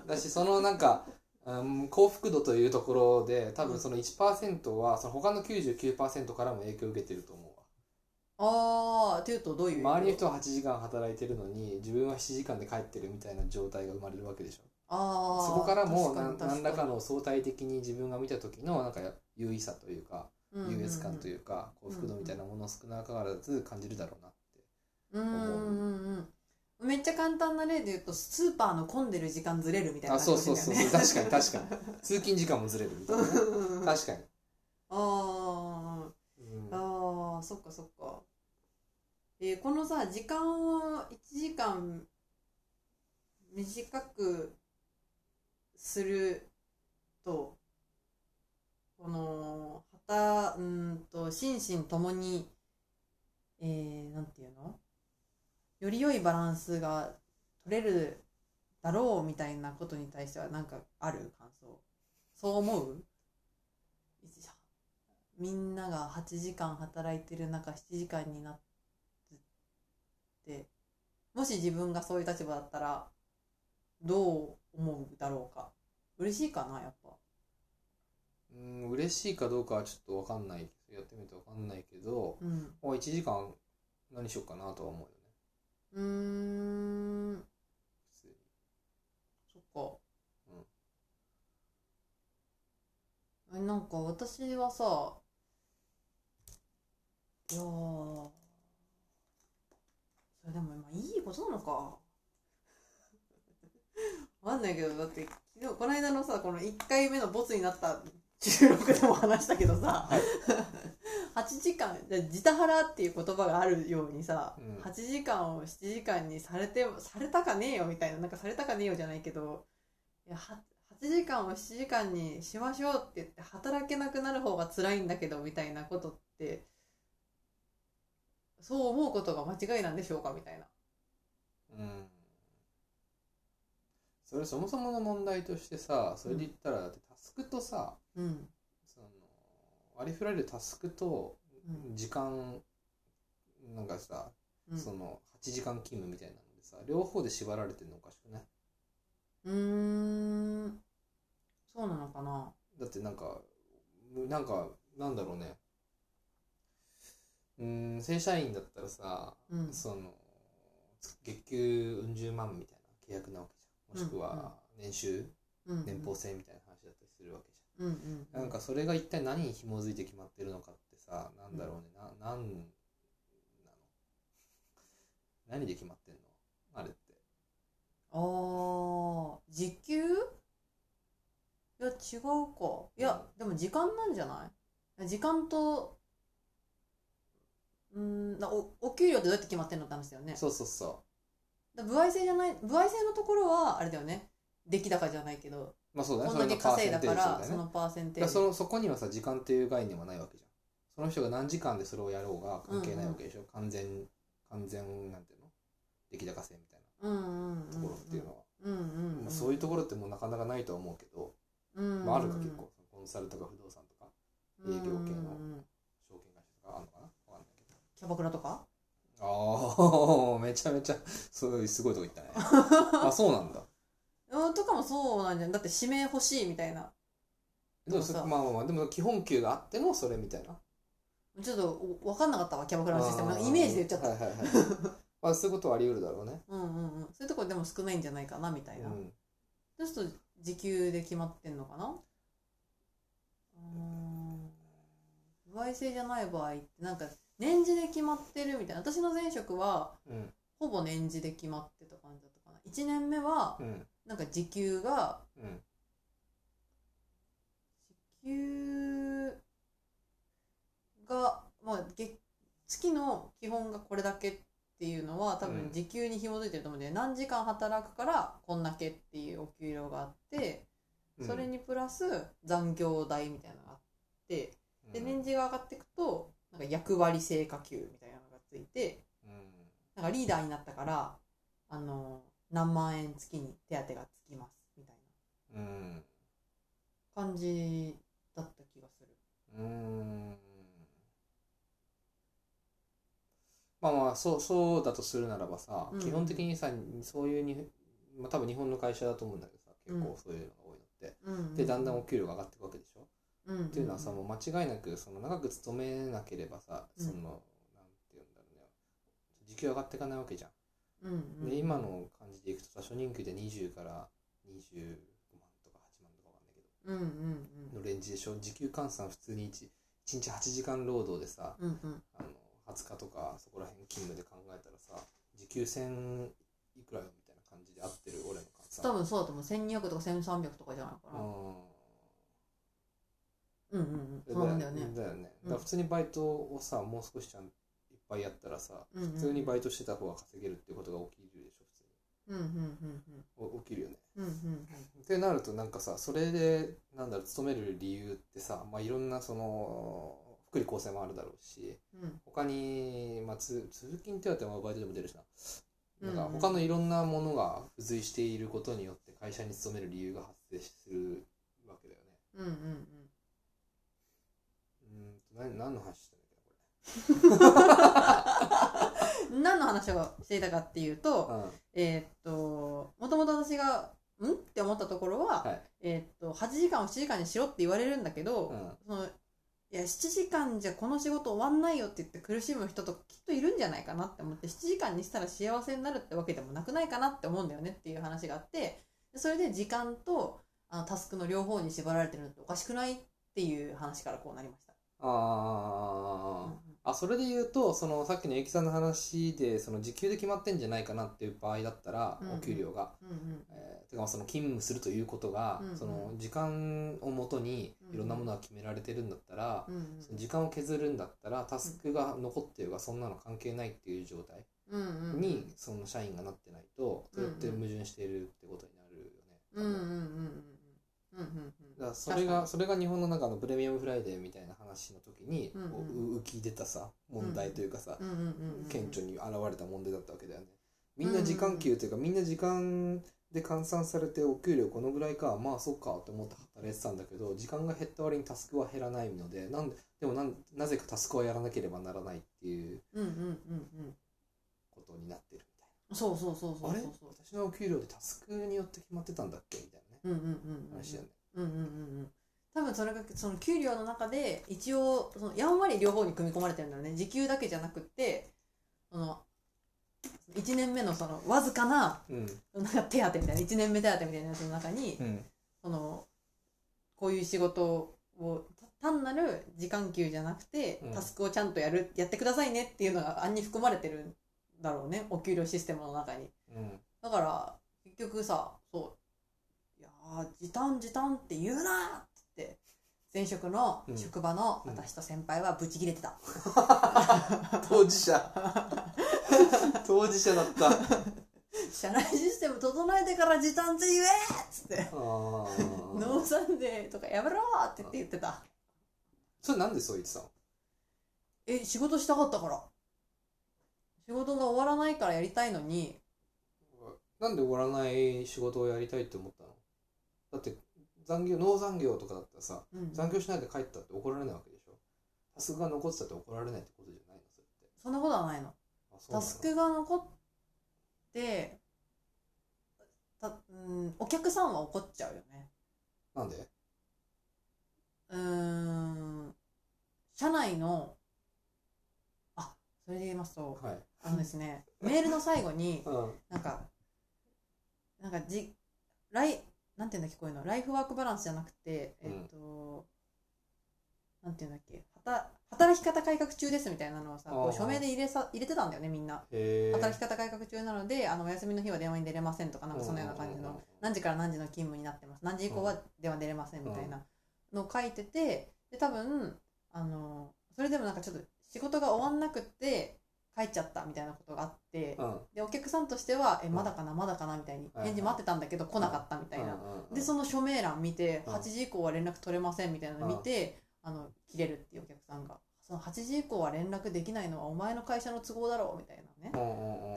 Speaker 2: だしそのなんか、うん、幸福度というところで多分その1%はその他の99%からも影響を受けてると思うわ
Speaker 1: あーっていうとどういう意味
Speaker 2: 周りの人は8時間働いてるのに自分は7時間で帰ってるみたいな状態が生まれるわけでしょ
Speaker 1: あー
Speaker 2: そこからも
Speaker 1: 確かに
Speaker 2: 何何ら
Speaker 1: 確
Speaker 2: か
Speaker 1: に
Speaker 2: の相対的に自分が見た時のなんか優位さというか優越感というか幸福度みたいなものを少なからず感じるだろうなって
Speaker 1: うんうんうんうんめっちゃ簡単な例で言うとスーパーの混んでる時間ずれるみたいな
Speaker 2: あそうそう
Speaker 1: か
Speaker 2: そうそう確かに確かに通勤時間もずれるみたいなね
Speaker 1: に
Speaker 2: 確かに、
Speaker 1: あー
Speaker 2: うん
Speaker 1: あーそっかそっか、えーこのさ時間を1時間短くするとこのはたうーんと心身ともにえー、なんていうのより良いバランスが取れるだろうみたいなことに対してはなんかある感想そう思ういつみんなが8時間働いてる中7時間になってもし自分がそういう立場だったらどう思うだろうか嬉しいかなやっぱ
Speaker 2: うん、嬉しいかどうかはちょっと分かんないやってみて分かんないけど
Speaker 1: うん
Speaker 2: もう1時間何しようかなとは思うよね
Speaker 1: うーん
Speaker 2: 普通に
Speaker 1: そっかえなんか私はさいやーそれでもまあいいことなのかわかんないけどだって昨日この間のさこの1回目のボツになった収録でも話したけどさ、
Speaker 2: はい
Speaker 1: 8時間じゃあ自他腹っていう言葉があるようにさ、
Speaker 2: うん
Speaker 1: 8時間を7時間にされてされたかねえよみたいななんかされたかねえよじゃないけどいやは8時間を7時間にしましょうって言って働けなくなる方が辛いんだけどみたいなことってそう思うことが間違いなんでしょうかみたいな。
Speaker 2: うんそれそもそもの問題としてさそれで言ったらだってタスクとさ
Speaker 1: うん
Speaker 2: その割り振られるタスクと
Speaker 1: うん
Speaker 2: 時間なんかさ、
Speaker 1: うん
Speaker 2: その8時間勤務みたいなのでさ両方で縛られてるのおかしくないう
Speaker 1: ーんそうなのかな
Speaker 2: だってなんかなんかなんだろうねうーん正社員だったらさ、
Speaker 1: うん
Speaker 2: その月給うん十万みたいな契約なわけじゃんもし
Speaker 1: う
Speaker 2: く
Speaker 1: んうん
Speaker 2: は年収
Speaker 1: うん
Speaker 2: 年俸制みたいな話だったりするわけ
Speaker 1: う
Speaker 2: じ
Speaker 1: んうん
Speaker 2: ゃん、なんかそれが一体何に紐づいて決まってるのかってさなんだろうね、ななんなの何で決まってんのあれって
Speaker 1: あー時給いや違うかいやでも時間なんじゃない時間とうーんなおお給料ってどうやって決まってんのって話だよね
Speaker 2: そうそうそう
Speaker 1: だ歩合制じゃない歩合制のところはあれだよね出来高じゃないけど
Speaker 2: まあそうだね。
Speaker 1: こんだけ
Speaker 2: それ
Speaker 1: 稼いだ
Speaker 2: のパーセ
Speaker 1: から
Speaker 2: ンテージそうだよね
Speaker 1: そのパーセン
Speaker 2: だ
Speaker 1: テー
Speaker 2: から
Speaker 1: ジ
Speaker 2: そのそこにはさ時間という概念はないわけじゃん。その人が何時間でそれをやろうが関係ないわけでしょ。完全完全なんていうの出来高制みたい
Speaker 1: うんうん
Speaker 2: なところっていうのは、
Speaker 1: うんうん
Speaker 2: ま
Speaker 1: う
Speaker 2: あ
Speaker 1: ん
Speaker 2: そういうところってもうなかなかないとは思うけど、
Speaker 1: うん
Speaker 2: まああるか結構コンサルとか不動産とか
Speaker 1: うん
Speaker 2: 営業系の
Speaker 1: うんうん
Speaker 2: 証券会社とかあるのかなわかんないけど。
Speaker 1: キャバクラとか
Speaker 2: ああ めちゃめちゃそういうすごいとこ 行ったね。あそうなんだ。
Speaker 1: うんとかもそうなんじゃんだって指名欲しいみたいな
Speaker 2: でも
Speaker 1: でも
Speaker 2: そ
Speaker 1: さ
Speaker 2: まあまあまあでも基本給があってのそれみたいな。
Speaker 1: ちょっと分かんなかったわキャバクラのシステムなんかイメージで言っちゃった、
Speaker 2: はいはいはい。まあそういうことはあり得るだろう ね。
Speaker 1: うんうんうんそういうとこでも少ないんじゃないかなみたいな、
Speaker 2: うん
Speaker 1: そうすると時給で決まってんのかな陪性じゃない場合ってなんか年次で決まってるみたいな私の前職は
Speaker 2: うん
Speaker 1: ほぼ年次で決まってた感じだったかな1年目は
Speaker 2: うん
Speaker 1: なんか時給が
Speaker 2: うん
Speaker 1: 時給が、まあ、月月の基本がこれだけっていうのは多
Speaker 2: う
Speaker 1: 分
Speaker 2: ん
Speaker 1: 時給に紐づいてると思うんで、何時間働くからこんだけっていうお給料があって
Speaker 2: うん
Speaker 1: それにプラス残業代みたいなのがあって、で年次が上がっていくとなんか役割成果給みたいなのがついて
Speaker 2: うん
Speaker 1: なんかリーダーになったからあの何万円月に手当がつきますみたい
Speaker 2: うん
Speaker 1: な感じだった気がする。
Speaker 2: うーんまあまあそうそうだとするならばさ、
Speaker 1: うん
Speaker 2: 基本的にさそういうに、まあ、多分日本の会社だと思うんだけどさ結構そういうのが多いのって、
Speaker 1: うんうん
Speaker 2: でだんだんお給料が上がっていくわけでしょ、
Speaker 1: うんうん
Speaker 2: っていうのはさもう間違いなくその長く勤めなければさ
Speaker 1: うん
Speaker 2: その、なんていうんだろうね時給上がっていかないわけじゃん、
Speaker 1: うんうん
Speaker 2: で今の感じでいくとさ初任給で20から25万とか8万とかわかんないけ
Speaker 1: う
Speaker 2: ど
Speaker 1: んうん
Speaker 2: のレンジでしょ時給換算普通に 1, 日8時間労働でさ
Speaker 1: うんうんうん
Speaker 2: あの20日とかそこら辺勤務で考えたらさ時給1000いくらよみたいな感じで合ってる俺の換算
Speaker 1: 多分そうだと思う1200とか1300とかじゃないかなうんうんうんそうなんだよね
Speaker 2: だよね
Speaker 1: うん
Speaker 2: だから普通にバイトをさもう少しちゃんいっぱいやったらさ
Speaker 1: うんうん
Speaker 2: 普通にバイトしてた方が稼げるっていうことが起きるでしょ
Speaker 1: うんうんうん
Speaker 2: 普通にお起きるよね
Speaker 1: うんうんうん
Speaker 2: ってなるとなんかさそれでなんだろう勤める理由ってさ、まあ、いろんなその福利厚生もあるだろうし、
Speaker 1: うん
Speaker 2: 他に、まあ、つ通勤手当もバイトでも出るし
Speaker 1: うん
Speaker 2: な
Speaker 1: うん
Speaker 2: なんか他のいろんなものが付随していることによって会社に勤める理由が発生するわけだよね
Speaker 1: うんうん
Speaker 2: うーんと何何の話してんだっ
Speaker 1: うん何の話をしていたかっていう
Speaker 2: け
Speaker 1: と
Speaker 2: なこ
Speaker 1: えーっともともと私がんって思ったところは、
Speaker 2: はい
Speaker 1: えーっと8時間を7時間にしろって言われるんだけど、
Speaker 2: れ、うん
Speaker 1: そのいや7時間じゃこの仕事終わんないよって言って苦しむ人とかきっといるんじゃないかなって思って7時間にしたら幸せになるってわけでもなくないかなって思うんだよねっていう話があってでそれで時間とあのタスクの両方に縛られてるのっておかしくないっていう話からこうなりました。
Speaker 2: あーあそれで言うとそのさっきのゆきさんの話でその時給で決まってんじゃないかなっていう場合だったら、
Speaker 1: うんうん
Speaker 2: お給料が、
Speaker 1: うんうん
Speaker 2: えーてかまあその勤務するということが、
Speaker 1: うんうん
Speaker 2: その時間をもとにいろんなものが決められてるんだったら、
Speaker 1: うんうん
Speaker 2: その時間を削るんだったらタスクが残ってようがそんなの関係ないっていう状態
Speaker 1: うんうん
Speaker 2: にその社員がなってないとそれって矛盾しているってことになるよね。
Speaker 1: うんうんうん
Speaker 2: だ
Speaker 1: うんうんうんう
Speaker 2: か
Speaker 1: ん
Speaker 2: らそれがそれが日本の中のプレミアムフライデーみたいな話の時に
Speaker 1: うんうん
Speaker 2: こう浮き出たさ問題というかさ
Speaker 1: うんうんうんうん
Speaker 2: 顕著に現れた問題だったわけだよね。みんな時間給というかみんな時間で換算されてお給料このぐらいかまあそっかと思って働いてたんだけど時間が減った割にタスクは減らないのでなんででもなんなぜかタスクはやらなければならないっていう
Speaker 1: うんうんうん
Speaker 2: ことになってるみたい
Speaker 1: うんそうそうそうそう
Speaker 2: な
Speaker 1: そう
Speaker 2: あれ私のお給料でタスクによって決まってたんだっけみたいなね
Speaker 1: うんうんうんうん
Speaker 2: 話だよね。
Speaker 1: うんうんうんうん多分それがその給料の中で一応そのやんわり両方に組み込まれてるんだよね時給だけじゃなくってその1年目のそのわずかな
Speaker 2: うん
Speaker 1: なんか手当みたいな1年目手当みたいなやつの中に、
Speaker 2: うん
Speaker 1: そのこういう仕事を単なる時間給じゃなくて、
Speaker 2: うん
Speaker 1: タスクをちゃんとやるやってくださいねっていうのがあんに含まれてるんだろうねお給料システムの中に。
Speaker 2: うん
Speaker 1: だから結局さそう「いやー時短時短って言うな!」って前職の
Speaker 2: うん
Speaker 1: 職場の
Speaker 2: うん
Speaker 1: 私と先輩はブチ切れてた、
Speaker 2: 当事 者当事者だったあ
Speaker 1: 社内システム整えてから時短って言えっつって「
Speaker 2: ー
Speaker 1: ノーサンデーとかやめろ!」って言って言ってた
Speaker 2: それなんでそう言ってたの
Speaker 1: え仕事したかったから仕事が終わらないからやりたいのに
Speaker 2: なんで終わらない仕事をやりたいって思ったのだって残業農残業とかだったらさ
Speaker 1: うん
Speaker 2: 残業しないで帰ったって怒られないわけでしょタスクが残ってたって怒られないってことじゃないのそれって
Speaker 1: そんなことはないの
Speaker 2: あそ
Speaker 1: タ
Speaker 2: うなの
Speaker 1: スクが残ってた、うん、お客さんは怒っちゃうよね
Speaker 2: なんで
Speaker 1: うーん社内のあそれで言いますと
Speaker 2: はい
Speaker 1: あのですねメールの最後に
Speaker 2: うん
Speaker 1: なんかなんかじライなんていうんだっけこういうのライフワークバランスじゃなくてえっと、なんていうんだっけ働働き方改革中ですみたいなのをさこ
Speaker 2: あ
Speaker 1: う
Speaker 2: ー
Speaker 1: 署名で入れさ入れてたんだよねみんな
Speaker 2: へえ
Speaker 1: 働き方改革中なのであのお休みの日は電話に出れませんとかなんかそのような感じ
Speaker 2: うんうんうん
Speaker 1: の
Speaker 2: うん
Speaker 1: 何時から何時の勤務になってます何時以降は電話出れませんみたいなのを書いててで多分あのそれでもなんかちょっと仕事が終わんなくて帰っちゃったみたいなことがあって
Speaker 2: うん
Speaker 1: でお客さんとしては「え
Speaker 2: ん
Speaker 1: まだかなまだかな」みたいに
Speaker 2: はいはい
Speaker 1: 返事待ってたんだけど来なかったみたいなでそ
Speaker 2: の
Speaker 1: の署名欄見て
Speaker 2: うん
Speaker 1: 8時以降は連絡取れませんみたいなの見てあの切れるっていうお客さんがその8時以降は連絡できないのはお前の会社の都合だろうみたいなね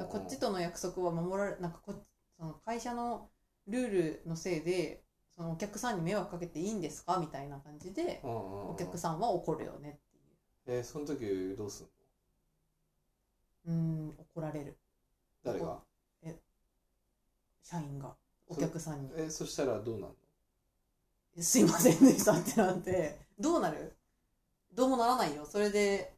Speaker 1: だからこっちとの約束は守られなんかこっその会社のルールのせいでそのお客さんに迷惑かけていいんですかみたいな感じで
Speaker 2: お
Speaker 1: お客さんは怒るよねってい
Speaker 2: えーその時どうすんの
Speaker 1: ううん怒られる
Speaker 2: 誰が
Speaker 1: 社員がお客さんに
Speaker 2: えーそしたらどうなんの
Speaker 1: 「すいませんでした」ってなってどうなるどうもならないよそれで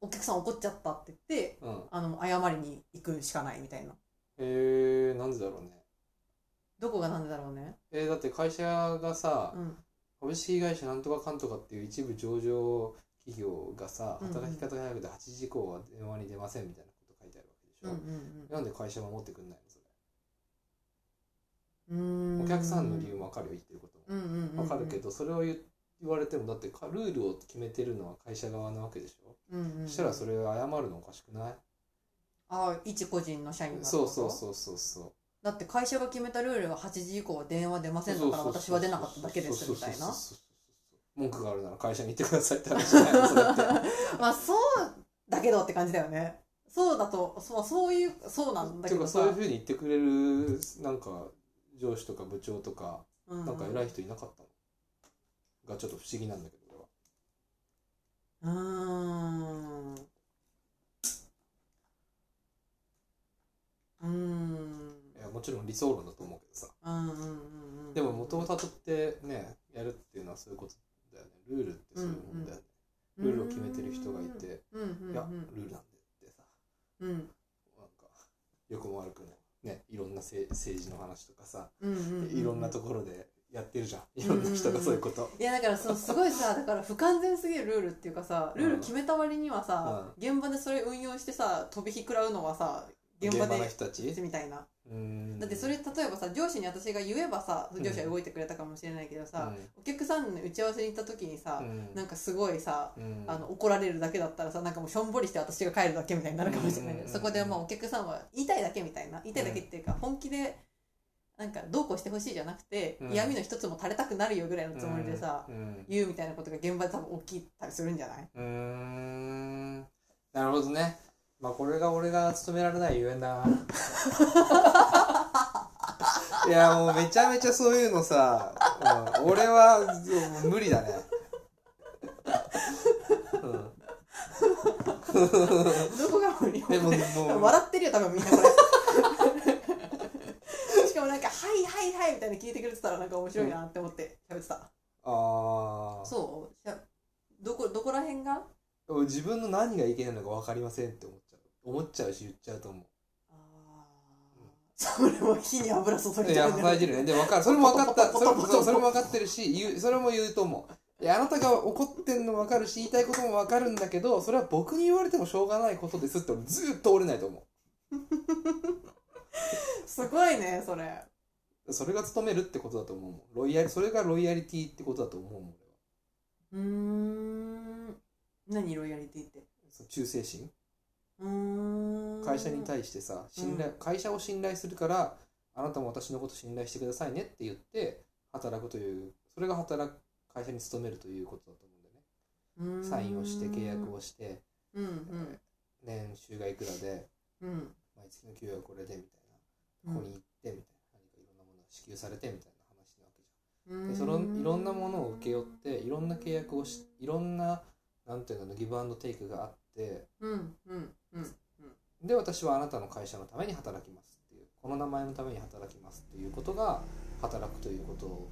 Speaker 1: お客さん怒っちゃったって言って
Speaker 2: うん
Speaker 1: あの謝りに行くしかないみたいな
Speaker 2: えー、なんでだろうね
Speaker 1: どこがなんでだろうね
Speaker 2: えー、だって会社がさ、
Speaker 1: うん
Speaker 2: 株式会社なんとかかんとかっていう一部上場企業がさ
Speaker 1: うんうん
Speaker 2: 働き方改革で8時以降は電話に出ませんみたいなこと書いてあるわけでし
Speaker 1: う
Speaker 2: ょ、
Speaker 1: んうん
Speaker 2: なんで会社守ってくんないのそ
Speaker 1: うんう
Speaker 2: れ
Speaker 1: ん
Speaker 2: お客さんの理由もわかるよ言ってることも、
Speaker 1: うんうんうんうん
Speaker 2: わかるけどそれを言言われてもだってかルールを決めてるのは会社側なわけでしょ、
Speaker 1: うんうんうん
Speaker 2: そしたらそれ謝るのおかしくない、
Speaker 1: ああ一個人の社員がって
Speaker 2: そ
Speaker 1: こ
Speaker 2: う
Speaker 1: と
Speaker 2: そうそうそうそう
Speaker 1: だって会社が決めたルールは8時以降は電話出ませんだから私は出なかっただけですみたい
Speaker 2: そう
Speaker 1: な
Speaker 2: そうそうそう文句があるなら会社に行ってくださいって話じゃないのそれって
Speaker 1: まあそうだけどって感じだよねそうだとそうそういうそうなんだけ
Speaker 2: ていう
Speaker 1: ど
Speaker 2: か
Speaker 1: さ
Speaker 2: そういうふうに言ってくれるなんか上司とか部長とか
Speaker 1: うん
Speaker 2: なんか偉い人いなかったのがちょっと不思議なんだけど俺は
Speaker 1: うーんうーん
Speaker 2: いやもちろん理想論だと思うけどさ
Speaker 1: うんうんうんうん
Speaker 2: でも元をたどってねやるっていうのはそういうことだよねルールってそういうもんだよね、ルールを決めてる人がいて、
Speaker 1: うんうんうん
Speaker 2: いやルールなんでってさ
Speaker 1: うん
Speaker 2: なんか良くも悪くもねいろんなせ政治の話とかさ、
Speaker 1: うんうんうん
Speaker 2: いろんなところでやってるじゃんいろんな人がそういうこと、
Speaker 1: いやだからそうすごいさだから不完全すぎるルールっていうかさルール決めた割にはさ、現場でそれ運用してさ飛び火食らうのはさ現
Speaker 2: 現場
Speaker 1: 場で
Speaker 2: の人たち
Speaker 1: みたいな
Speaker 2: うん
Speaker 1: だってそれ例えばさ上司に私が言えばさ
Speaker 2: ん
Speaker 1: 上司は動いてくれたかもしれないけどさ、お客さんの打ち合わせに行った時にさ
Speaker 2: う、ん
Speaker 1: なんかすごいさ、
Speaker 2: うん
Speaker 1: あの怒られるだけだったらさなんかもうしょんぼりして私が帰るだけみたいになるかもしれないけど、
Speaker 2: うん
Speaker 1: そこでまあお客さんは言いたいだけみたいな言いたいだけっていうか、本気でなんかどうこうしてほしいじゃなくて、
Speaker 2: うん
Speaker 1: 嫌味の一つも垂れたくなるよぐらいのつもりでさ、
Speaker 2: うん
Speaker 1: 言うみたいなことが現場で多分起きたりするんじゃないう
Speaker 2: ーんなるほどねまあこれが俺が務められないゆえんだな いやもうめちゃめちゃそういうのさ、うん俺はもう無理だねうん
Speaker 1: どこが無理
Speaker 2: でももう
Speaker 1: 笑ってるよ多分みんなこれ しかもなんか「はいはいはい」みたいな聞いてくれてたらなんか面白いなって思って喋ってた、
Speaker 2: ああ
Speaker 1: そうじゃどこどこら辺が
Speaker 2: 自分の何がいけないのか分かりませんって思っちゃう思っちゃうし言っちゃうと思
Speaker 1: あーそれも火に油注
Speaker 2: う
Speaker 1: ぎ
Speaker 2: い
Speaker 1: ちゃ
Speaker 2: や
Speaker 1: うんだ
Speaker 2: 支えてるねで分かるそれも分かったそれもそうそれも分かってるし言うそれも言うと思ういやあなたが怒ってんの分かるし言いたいことも分かるんだけどそれは僕に言われてもしょうがないことですって俺ずーっと折れないと思
Speaker 1: すごいねそれ
Speaker 2: うそれが務めるってことだと思うもんロイヤリそれがロイヤリティってことだと思うもん俺は
Speaker 1: うーん何ロイヤリティって
Speaker 2: その忠誠心
Speaker 1: うーん
Speaker 2: 会社に対してさ信頼、会社を信頼するからあなたも私のこと信頼してくださいねって言って働くというそれが働く会社に勤めるということだと思うんだよね
Speaker 1: うーん
Speaker 2: サインをして契約をして
Speaker 1: うんうん
Speaker 2: 年収がいくらで
Speaker 1: うん
Speaker 2: 毎月の給与はこれでみたい
Speaker 1: うん
Speaker 2: なここに行ってみたいな何かいろんなものが支給されてみたいな話なわけじ
Speaker 1: う
Speaker 2: ゃん
Speaker 1: ーん
Speaker 2: でそのいろんなものを請け負っていろんな契約をしいろんななんていうのギブアンドテイクがあって
Speaker 1: うんうんうん
Speaker 2: で私はあなたの会社のために働きますっていうこの名前のために働きますっていうことが働くということ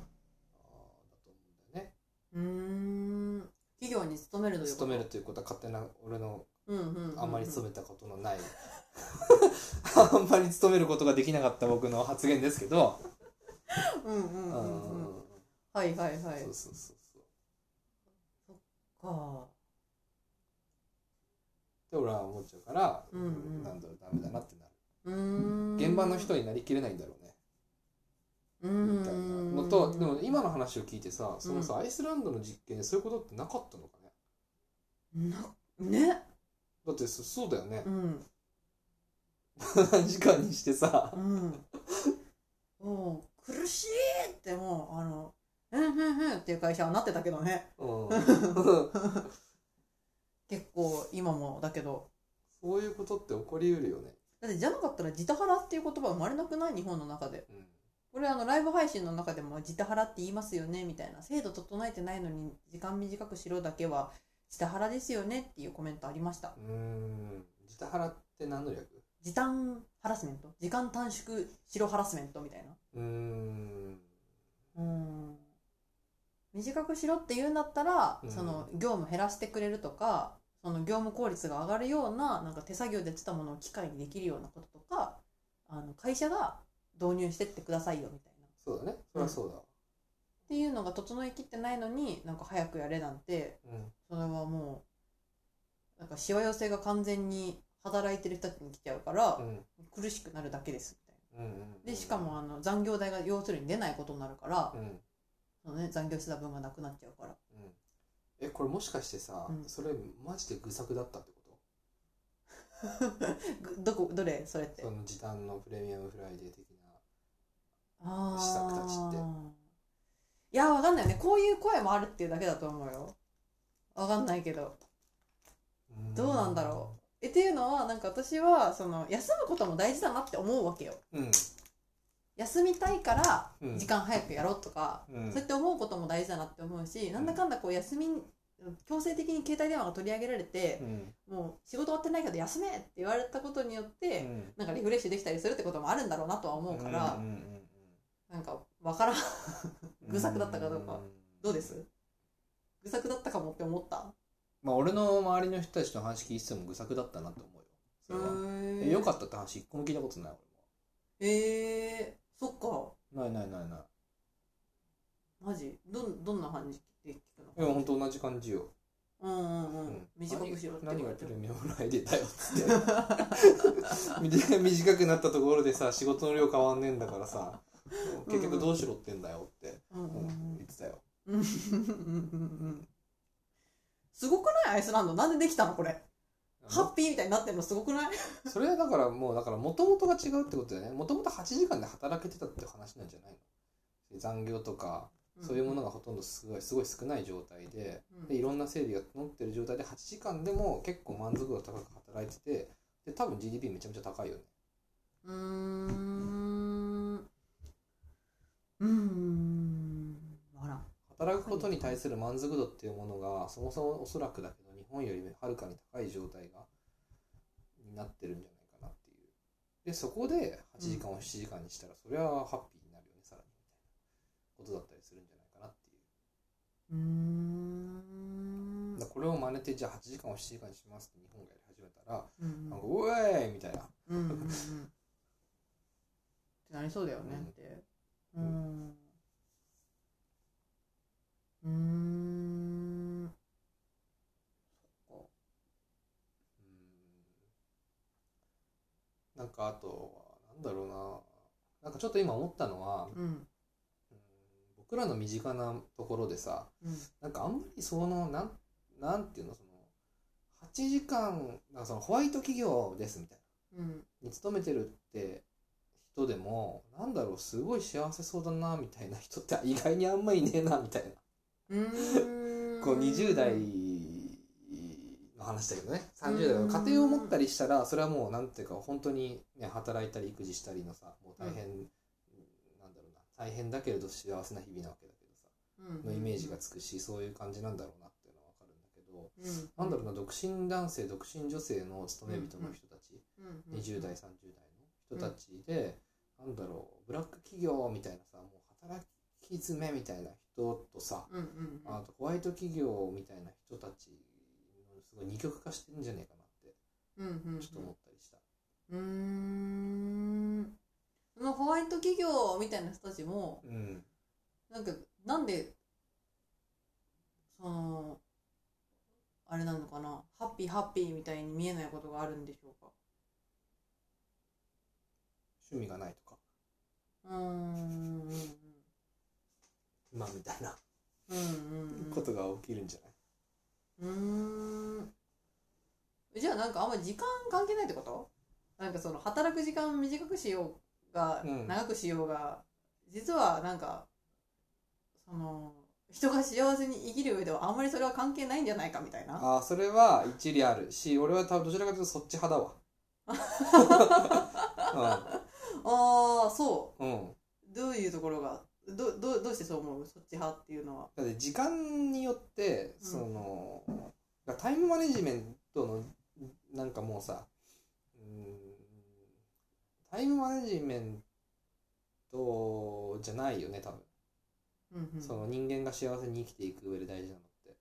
Speaker 2: あーだと思うんだよね
Speaker 1: うーん企業に勤めるということ
Speaker 2: 勤めるということは勝手な俺の
Speaker 1: うんうんうんうん
Speaker 2: あんまり勤めたことのない あんまり勤めることができなかった僕の発言ですけど
Speaker 1: うんうん
Speaker 2: う
Speaker 1: うんんうんはいはいはい
Speaker 2: そうそうそうそう
Speaker 1: か
Speaker 2: て俺は思っちゃうから、
Speaker 1: うんうん
Speaker 2: なんだろうダメだなってなる
Speaker 1: うーん
Speaker 2: 現場の人
Speaker 1: み
Speaker 2: になりきれないんだろうね
Speaker 1: たい
Speaker 2: みたいなのとでも今の話を聞いてさそのさ、アイスランドの実験でそういうことってなかったのかね
Speaker 1: なね
Speaker 2: だってそそうだよね
Speaker 1: う、ん
Speaker 2: 何時間にしてさ
Speaker 1: うんもう苦しいってもうあのうんうんうんっていう会社はなってたけどね
Speaker 2: うん
Speaker 1: 結構今もだけど
Speaker 2: そういうことって起こりうるよね、
Speaker 1: だってじゃなかったら「ジタハラ」っていう言葉生まれなくない日本の中で
Speaker 2: うん
Speaker 1: これあのライブ配信の中でも「ジタハラ」って言いますよねみたいな制度整えてないのに時間短くしろだけは「ジタハラですよね」っていうコメントありました
Speaker 2: うーん自他腹って何の略
Speaker 1: 時短ハラスメント時間短縮しろハラスメントみたいな
Speaker 2: うーん
Speaker 1: うん短くしろって言うんだったら、
Speaker 2: うん
Speaker 1: その業務減らしてくれるとかその業務効率が上がるようななんか手作業でやってたものを機械にできるようなこととかあの会社が導入してってくださいよみたいなっ
Speaker 2: そうだねそれはそうだわ、
Speaker 1: ていうのが整いきってないのになんか早くやれなんて
Speaker 2: うん
Speaker 1: それはもうなんかしわ寄せが完全に働いてる人たちに来ちゃうから
Speaker 2: う、ん
Speaker 1: 苦しくなるだけですみたい
Speaker 2: うんうん、
Speaker 1: なでしかもあの残業代が要するに出ないことになるから
Speaker 2: う、ん、うん、
Speaker 1: そのね、残業してた分がなくなっちゃうから。
Speaker 2: えこれもしかしてさ、
Speaker 1: うん
Speaker 2: それマジで愚策だったってこ
Speaker 1: ぐどこどれそれっ
Speaker 2: と
Speaker 1: て
Speaker 2: その時短のプレミアムフライデー的な
Speaker 1: あ
Speaker 2: 施策たちって
Speaker 1: いやわかんないねこういう声もあるっていうだけだと思うよわかんないけどどうなんだろえっていうのはなんか私はその休むことも大事だなって思うわけよ
Speaker 2: ううん
Speaker 1: 休みたいから
Speaker 2: うん
Speaker 1: 時間早くやろうとか、
Speaker 2: うん
Speaker 1: そうやって思うことも大事だなって思うし、なんだかんだこう休み強制的に携帯電話が取り上げられて
Speaker 2: う、ん
Speaker 1: もう仕事終わってないけど休めって言われたことによって、なんかリフレッシュできたりするってこともあるんだろうなとは思うから、
Speaker 2: んんうん
Speaker 1: なんかわからん
Speaker 2: うん
Speaker 1: 愚策だったかどうか
Speaker 2: ん
Speaker 1: どうです愚策だったかもって思った
Speaker 2: まあ俺の周りの人たちの話聞いてても愚策だったなと思うよそれは、
Speaker 1: へ
Speaker 2: えよかったって話一個も聞いたことない
Speaker 1: えー、そっか
Speaker 2: 俺もないないないない
Speaker 1: マジどんどんな感じで聞く
Speaker 2: いや
Speaker 1: の
Speaker 2: 本当同じ感じよ、
Speaker 1: うんうんうん、
Speaker 2: うん
Speaker 1: 短くしろって
Speaker 2: 何
Speaker 1: 言わ
Speaker 2: 何が
Speaker 1: れて
Speaker 2: プ
Speaker 1: も
Speaker 2: レミアムフライデーだよっつって短い短くなったところでさ仕事の量変わんねえんだからさ結局どうしろってんだよって、
Speaker 1: うんうんう
Speaker 2: うん
Speaker 1: ん
Speaker 2: 言ってたよ
Speaker 1: うんうんうんうんすごくないアイスランドなんでできたのこれハッピーみたいになってんのすごくない
Speaker 2: それはだからもうだから元々が違うってことだよねもともと8時間で働けてたって話なんじゃないの残業とかそういうものがほとんどすごいすごい少ない状態で
Speaker 1: うん
Speaker 2: でいろんな整理が整ってる状態で8時間でも結構満足度高く働いててで多分 GDP めちゃめちゃ高いよね
Speaker 1: うーんうーんわからん
Speaker 2: 働くことに対する満足度っていうものがそもそもおそらくだけど日本よりはるかに高い状態がになってるんじゃないかなっていうでそこで8時間を7時間にしたら、それはハッピーになるよねさらにみたいなことだったりするんじゃないかなっていう
Speaker 1: うーん
Speaker 2: だからこれを真似てじゃあ8時間を7時間にしますって日本がやり始めたら、
Speaker 1: うんうん
Speaker 2: なんか「うえーい!」みたいな
Speaker 1: うんうんうんってなりそうだよね
Speaker 2: うん
Speaker 1: って。う。
Speaker 2: うん
Speaker 1: うーん。
Speaker 2: うんなんかあとはなんだろうななんかちょっと今思ったのは、
Speaker 1: うん。
Speaker 2: うん僕らの身近なところでさ、
Speaker 1: うん
Speaker 2: なんかあんまりそのなんなんていうのその8時間なんかそのホワイト企業ですみたい
Speaker 1: うん。
Speaker 2: なに勤めてるって人でもなんだろうすごい幸せそうだなみたいな人って意外にあんまいねえなみたいな
Speaker 1: うーん。
Speaker 2: こう20代の話だけどね30代の家庭を持ったりしたらそれはもうなんていうか本当にね働いたり育児したりのさもう大変、なんだろうな大変だけれど幸せな日々なわけだけどさのイメージがつくしそういう感じなんだろうなっていうのはわかるんだけど
Speaker 1: うん。うん。
Speaker 2: なんだろうな独身男性独身女性の勤め人の人たち
Speaker 1: うん。
Speaker 2: 20代30代の人たちでなんだろうブラック企業みたいなさもう働き詰めみたいな人とさ
Speaker 1: うん。うん。
Speaker 2: あとホワイト企業みたいな人たちのすごい二極化してるんじゃねえかなっ
Speaker 1: うん。うん。
Speaker 2: てちょっと思ったりした。
Speaker 1: うーん。そのホワイト企業みたいな人たちも、
Speaker 2: うん
Speaker 1: なんかなんでそのあれなのかなハッピーハッピーみたいに見えないことがあるんでしょうか
Speaker 2: 趣味がないとか
Speaker 1: うーん
Speaker 2: 今みたいな
Speaker 1: うんうん
Speaker 2: ことが起きるんじゃない、
Speaker 1: うんうーんじゃあなんかあんまり時間関係ないってことなんかその働く時間短くしようが
Speaker 2: うん
Speaker 1: 長くしようが、実はなんかその人が幸せに生きる上ではあんまりそれは関係ないんじゃないかみたいな
Speaker 2: ああそれは一理あるし俺は多分どちらかというとそっち派 だわ
Speaker 1: ああそ
Speaker 2: うん、うん、
Speaker 1: うどういうところがどどどうしてそう思うそっち派っていうのは
Speaker 2: だって時間によって
Speaker 1: うん
Speaker 2: その、だからタイムマネジメントのなんかもうさうんタイムマネジメントじゃないよね多分、
Speaker 1: うんうん
Speaker 2: その人間が幸せに生きていく上で大事なのって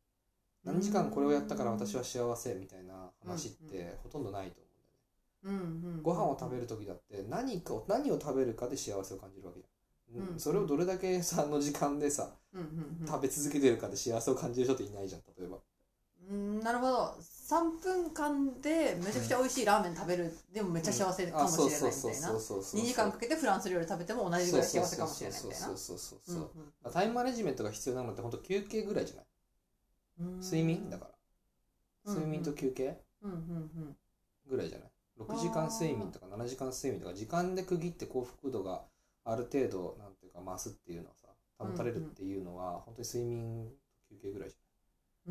Speaker 2: 何時間これをやったから私は幸せみたいな話ってほとんどないと思うんだよね
Speaker 1: うんうん
Speaker 2: ご飯を食べる時だって何かを何を食べるかで幸せを感じるわけじゃん、
Speaker 1: うん
Speaker 2: それをどれだけさあの時間でさ
Speaker 1: うんうんうん
Speaker 2: 食べ続けてるかで幸せを感じる人っていないじゃん例えば
Speaker 1: うんなるほど3分間でめちゃくちゃ美味しいラーメン食べるでもめっちゃ幸せか
Speaker 2: あ
Speaker 1: もしれ
Speaker 2: そ
Speaker 1: な
Speaker 2: う
Speaker 1: いみ
Speaker 2: そうそう
Speaker 1: たいな
Speaker 2: そうそうそう
Speaker 1: 2時間かけてフランス料理食べても同じぐらい幸せかもしれないみたいな
Speaker 2: そうそうそうそう
Speaker 1: う
Speaker 2: そ
Speaker 1: ん
Speaker 2: うそうタイムマネジメントが必要なのって本当休憩ぐらいじゃない
Speaker 1: うんうん
Speaker 2: 睡眠だか
Speaker 1: う
Speaker 2: ら
Speaker 1: ん
Speaker 2: 睡眠と休憩
Speaker 1: うんうん
Speaker 2: ぐらいじゃない6時間睡眠とか7時間睡眠とか時間で区切って幸福度がある程度なんていうか増すっていうのはさ保たれるっていうのは本当に睡眠休憩ぐらいじゃない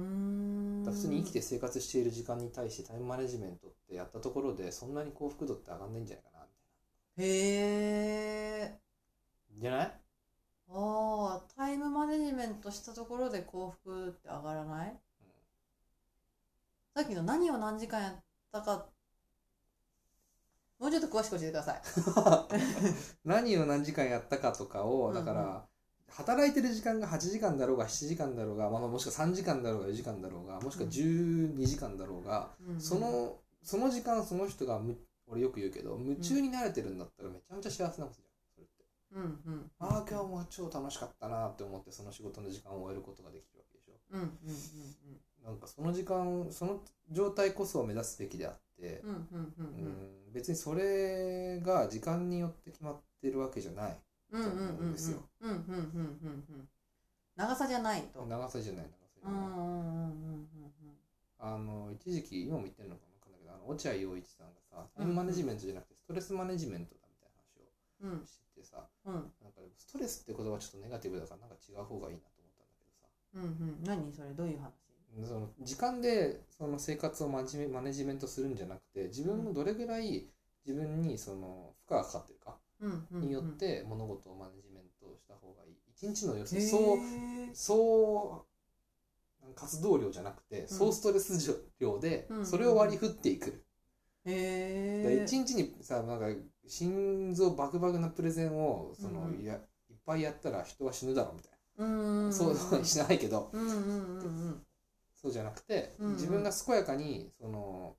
Speaker 1: うんうーん
Speaker 2: 普通に生きて生活している時間に対してタイムマネジメントってやったところでそんなに幸福度って上がんないんじゃないかな
Speaker 1: へえ
Speaker 2: みたいなじゃない
Speaker 1: ああタイムマネジメントしたところで幸福って上がらない、さっきの何を何時間やったかもうちょっと詳しく教えてください
Speaker 2: 何を何時間やったかとかをだから、
Speaker 1: うんうん
Speaker 2: 働いてる時間が8時間だろうが7時間だろうが、まあ、もしくは3時間だろうが4時間だろうがもしくは12時間だろうが、
Speaker 1: うんうん
Speaker 2: そのその時間その人がむ俺よく言うけど夢中になれてるんだったらめちゃめちゃ幸せなことじゃんそれって
Speaker 1: うんうん
Speaker 2: ああ今日も超楽しかったなって思ってその仕事の時間を終えることができるわけでしょ
Speaker 1: うんうん
Speaker 2: なんかその時間その状態こそを目指すべきであって、
Speaker 1: うんうんうんうん
Speaker 2: うん別にそれが時間によって決まってるわけじゃない
Speaker 1: うんうんうんうんうんうんうんうんうんうん長さじゃないと
Speaker 2: 長さじゃない
Speaker 1: うんうん
Speaker 2: 長さじゃ
Speaker 1: う
Speaker 2: ない、
Speaker 1: んうん
Speaker 2: あの一時期今も言ってるのかな分かんないけどあの落合陽一さんがさ
Speaker 1: うん
Speaker 2: タイムマネジメントじゃなくてストレスマネジメントだみたいな話を
Speaker 1: うんうん
Speaker 2: しててさ
Speaker 1: うん
Speaker 2: なんかでもストレスって言葉はちょっとネガティブだからなんか違う方がいいなと思ったんだけどさ
Speaker 1: うんうん何それどういう話
Speaker 2: その時間でその生活をマジメマネジメントするんじゃなくて自分のどれぐらい自分にその負荷がかかってるか
Speaker 1: うんうんうん
Speaker 2: によって物事をマネジメントした方がいい一日の要す
Speaker 1: へ
Speaker 2: るに
Speaker 1: ー
Speaker 2: そうそう活動量じゃなくて総ストレス量で
Speaker 1: うん
Speaker 2: それを割り振っていくだから
Speaker 1: へえ
Speaker 2: 一日にさなんか心臓バクバクなプレゼンをその
Speaker 1: うん
Speaker 2: いやいっぱいやったら人は死ぬだろうみたい
Speaker 1: うん
Speaker 2: なそうはしないけど
Speaker 1: うんうんうん
Speaker 2: そうじゃなくて、
Speaker 1: うんうん
Speaker 2: 自分が健やかにその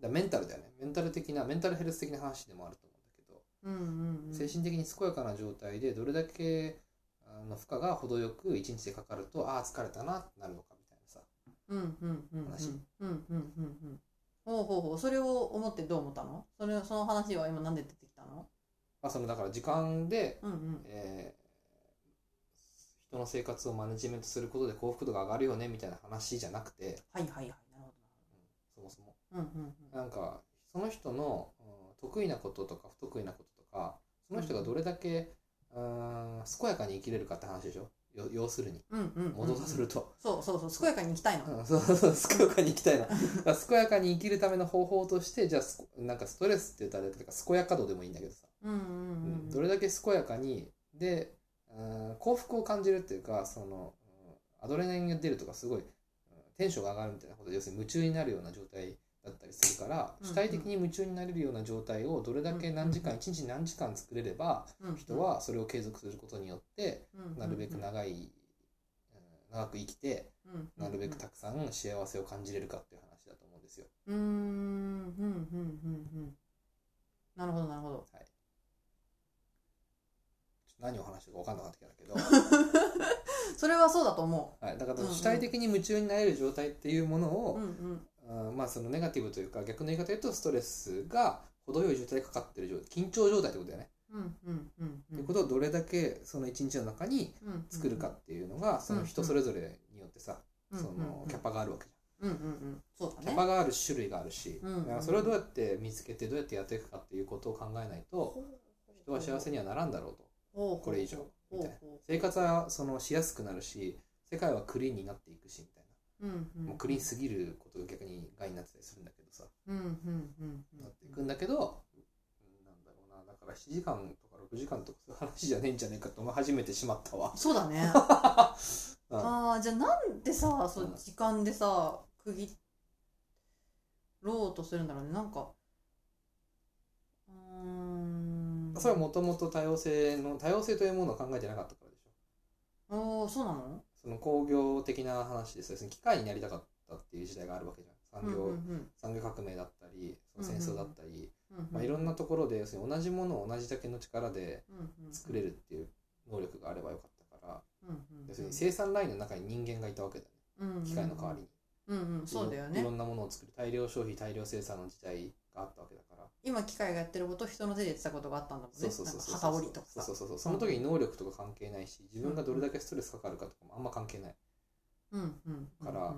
Speaker 2: だメンタルだよねメンタル的なメンタルヘルス的な話でもあると思うんだけど、
Speaker 1: うんうんうん
Speaker 2: 精神的に健やかな状態でどれだけあの負荷が程よく一日でかかるとああ疲れたなってなるのかみたいなさ
Speaker 1: うんうんうんうん
Speaker 2: 話
Speaker 1: うんうんうんうんほうほうほうそれを思ってどう思ったのそれその話は今なんで出てきたの
Speaker 2: まあそのだから時間で、
Speaker 1: うんうん
Speaker 2: えー人の生活をマネジメントすることで幸福度が上がるよねみたいな話じゃなくて、
Speaker 1: はいはいはいなるほ
Speaker 2: そもそも
Speaker 1: どうんうんうん
Speaker 2: なんかその人のうん得意なこととか不得意なこととかその人がどれだけ、うーん、健やかに生きれるかって話でしょよ要するに
Speaker 1: うんうんうん
Speaker 2: 戻させると、
Speaker 1: そうそうそう健やかに行きたいの
Speaker 2: うんそうそうそう健やかに生きたいなだから健やかに生きるための方法としてじゃあすこなんかストレスって言ったらあれだけど健やか度でもいいんだけどさ、
Speaker 1: うんうん
Speaker 2: う
Speaker 1: う
Speaker 2: ん
Speaker 1: ん
Speaker 2: どれだけ健やかにで、うん幸福を感じるっていうかその、うんアドレナリンが出るとかすごい、うんテンションが上がるみたいなこと要するに夢中になるような状態だったりするから、
Speaker 1: うんうん
Speaker 2: 主体的に夢中になれるような状態をどれだけ何時間、一日何時間作れれば
Speaker 1: うん
Speaker 2: 人はそれを継続することによってなるべく長い、うん長く生きてなるべくたくさん幸せを感じれるかっていう話だと思うんですよ。
Speaker 1: うんうんうんうんうんうんなるほどなるほど
Speaker 2: ちょっと何を話してるか分かんなかったけど
Speaker 1: それはそうだと思
Speaker 2: はい、だから
Speaker 1: うんうん
Speaker 2: 主体的に夢中になれる状態っていうもの
Speaker 1: う。う
Speaker 2: を
Speaker 1: ん、うん。
Speaker 2: うんまあそのネガティブというか逆の言い方で言うとストレスが程よい状態でかかってる状態緊張状態ってことだよね、
Speaker 1: うん、うん、うん。
Speaker 2: っていうことをどれだけその一日の中に
Speaker 1: うん
Speaker 2: 作るかっていうのがその人それぞれによってさ、
Speaker 1: うん
Speaker 2: そのキャパがあるわけじ
Speaker 1: うんうんうんそう
Speaker 2: ゃん、
Speaker 1: だ
Speaker 2: キャ
Speaker 1: ね
Speaker 2: パがある種類があるし、
Speaker 1: うんうん
Speaker 2: だからそれをどうやって見つけてどうやってやっていくかっていうことを考えないと人は幸せにはならんだろうと
Speaker 1: こ
Speaker 2: これ以上みたいな
Speaker 1: う
Speaker 2: 生活はそのしやすくなるし世界はクリーンになっていくしみた
Speaker 1: ん
Speaker 2: い
Speaker 1: う
Speaker 2: な、
Speaker 1: ん
Speaker 2: もうクリーンすぎることが逆に害になってたりするんだけどさ、
Speaker 1: うんうんうんうん
Speaker 2: なっていくんだけど、なんだろうなだから7時間とか6時間とかそういう話じゃねえんじゃねえかと思い始めてしまったわ、
Speaker 1: そうだね
Speaker 2: うん
Speaker 1: ああじゃあなんでさそううん時間でさ区切ろうとするんだろうねなんかうーん
Speaker 2: それはもともと多様性の多様性というものを考えてなかったからでしょ
Speaker 1: おーそうなの
Speaker 2: その工業的な話ですよその機械になりたかったっていう時代があるわけじゃん産業、
Speaker 1: うんうん
Speaker 2: 産業革命だったりその戦争だったり、
Speaker 1: うんうん
Speaker 2: まあ、いろんなところで要するに同じものを同じだけの力で
Speaker 1: うんうん
Speaker 2: 作れるっていう能力があればよかったから、
Speaker 1: うんうん
Speaker 2: 要するに生産ラインの中に人間がいたわけだよ
Speaker 1: うんうん
Speaker 2: ね機械の代わりに、
Speaker 1: うんうんそうだよね
Speaker 2: いろんなものを作る大量消費大量生産の時代があったわけだから
Speaker 1: 今機械がやってることを人の手でやってたことがあったんだもんね
Speaker 2: そうそうそうそう
Speaker 1: なんか旗織りとかさ
Speaker 2: そうそうそうその時に能力とか関係ないし自分がどれだけストレスかかるかとかもあんま関係ない
Speaker 1: うんうんうん
Speaker 2: から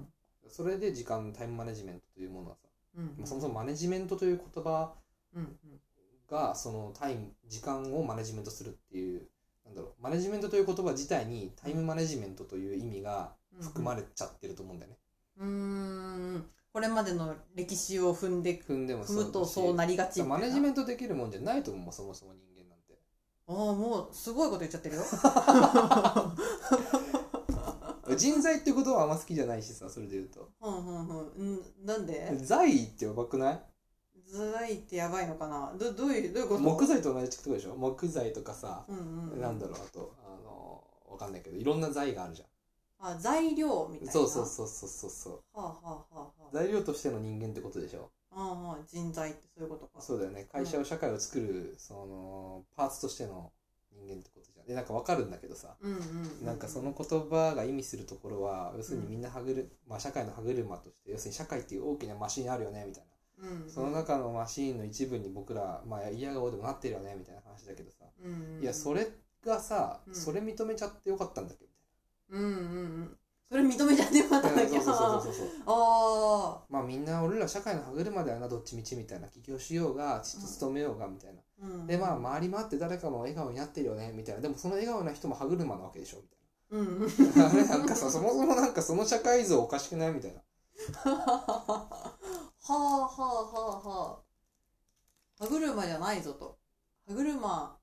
Speaker 2: それで時間タイムマネジメントというものはさ
Speaker 1: うんうん
Speaker 2: そもそもマネジメントという言葉
Speaker 1: うんうん
Speaker 2: がそのタイム時間をマネジメントするっていうなんだろうマネジメントという言葉自体にタイムマネジメントという意味が含まれちゃってると思うんだよね。
Speaker 1: うーんこれまでの歴史を踏んで
Speaker 2: 踏んでも
Speaker 1: 踏むと
Speaker 2: だし
Speaker 1: そうなりがちみたいな
Speaker 2: マネジメントできるもんじゃないと思うそもそも人間なんて。
Speaker 1: ああもうすごいこと言っちゃって るよ
Speaker 2: 人材ってことはあんま好きじゃないしさそれで言うと。
Speaker 1: うんうんうんんなんで
Speaker 2: 財ってやばくない
Speaker 1: ずらいってやばいのかなどどういうどういうこと
Speaker 2: 木材と同じってことでしょ木材とかさ、
Speaker 1: うんうん、
Speaker 2: なんだろうあとあのわかんないけどいろんな材があるじゃ
Speaker 1: あ材料みたい
Speaker 2: ん。
Speaker 1: な
Speaker 2: そうそうそうそうそうそう。
Speaker 1: はあはあはあはあ
Speaker 2: 材料としての人間ってことでしょ
Speaker 1: ああ人材ってそういうことか
Speaker 2: そうだよね会社を社会を作るそのパーツとしての人間ってことじゃんでなんかわかるんだけどさ
Speaker 1: うんうんう
Speaker 2: なんかその言葉が意味するところは要するにみんな歯車、まあ、社会の歯車として要するに社会っていう大きなマシンあるよねみたいな
Speaker 1: うんうん、
Speaker 2: その中のマシンの一部に僕ら、まあ、嫌顔でもなってるよねみたいな話だけどさ
Speaker 1: うんうんうん、
Speaker 2: いやそれがさ、
Speaker 1: うん
Speaker 2: それ認めちゃってよかったんだっけ
Speaker 1: うんうんうんそれ認めちゃってよかっ
Speaker 2: みた
Speaker 1: た
Speaker 2: い
Speaker 1: ん
Speaker 2: な
Speaker 1: だけ
Speaker 2: そう
Speaker 1: ど
Speaker 2: そうそうそう
Speaker 1: あ
Speaker 2: そう
Speaker 1: あ
Speaker 2: まあみんな俺ら社会の歯車だよなどっちみちみたいな起業しようがちょっと勤めようがみたいな
Speaker 1: ー、うんうん、
Speaker 2: でまあ回り回って誰かも笑顔になってるよねみたいなでもその笑顔な人も歯車なわけでしょみ
Speaker 1: うんうん
Speaker 2: たいな あれなんかさそもそもなんかその社会像おかしくないみたいな
Speaker 1: はあはあはあはあ歯車じゃないぞと歯車歯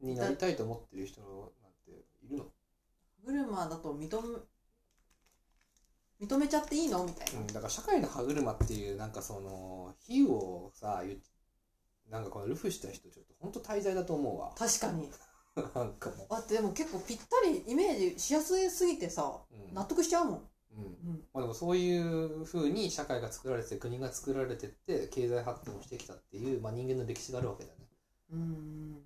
Speaker 2: になりたいと思ってる人なんているの、
Speaker 1: 車だと認め認めちゃっていいのみたいうな、
Speaker 2: ん、だから社会の歯車っていうなんかその比喩をさ言っなんかこのルフした人ちょっと本当滞在だと思うわ
Speaker 1: 確かに
Speaker 2: なんかも
Speaker 1: あでも結構ぴったりイメージしやすすぎてさ
Speaker 2: う、うん
Speaker 1: 納得しちゃうもん、
Speaker 2: うん
Speaker 1: うん、
Speaker 2: まあ、でもそういうふうに社会が作られて国が作られてって経済発展をしてきたっていう、まあ、人間の歴史があるわけだよね
Speaker 1: うんうん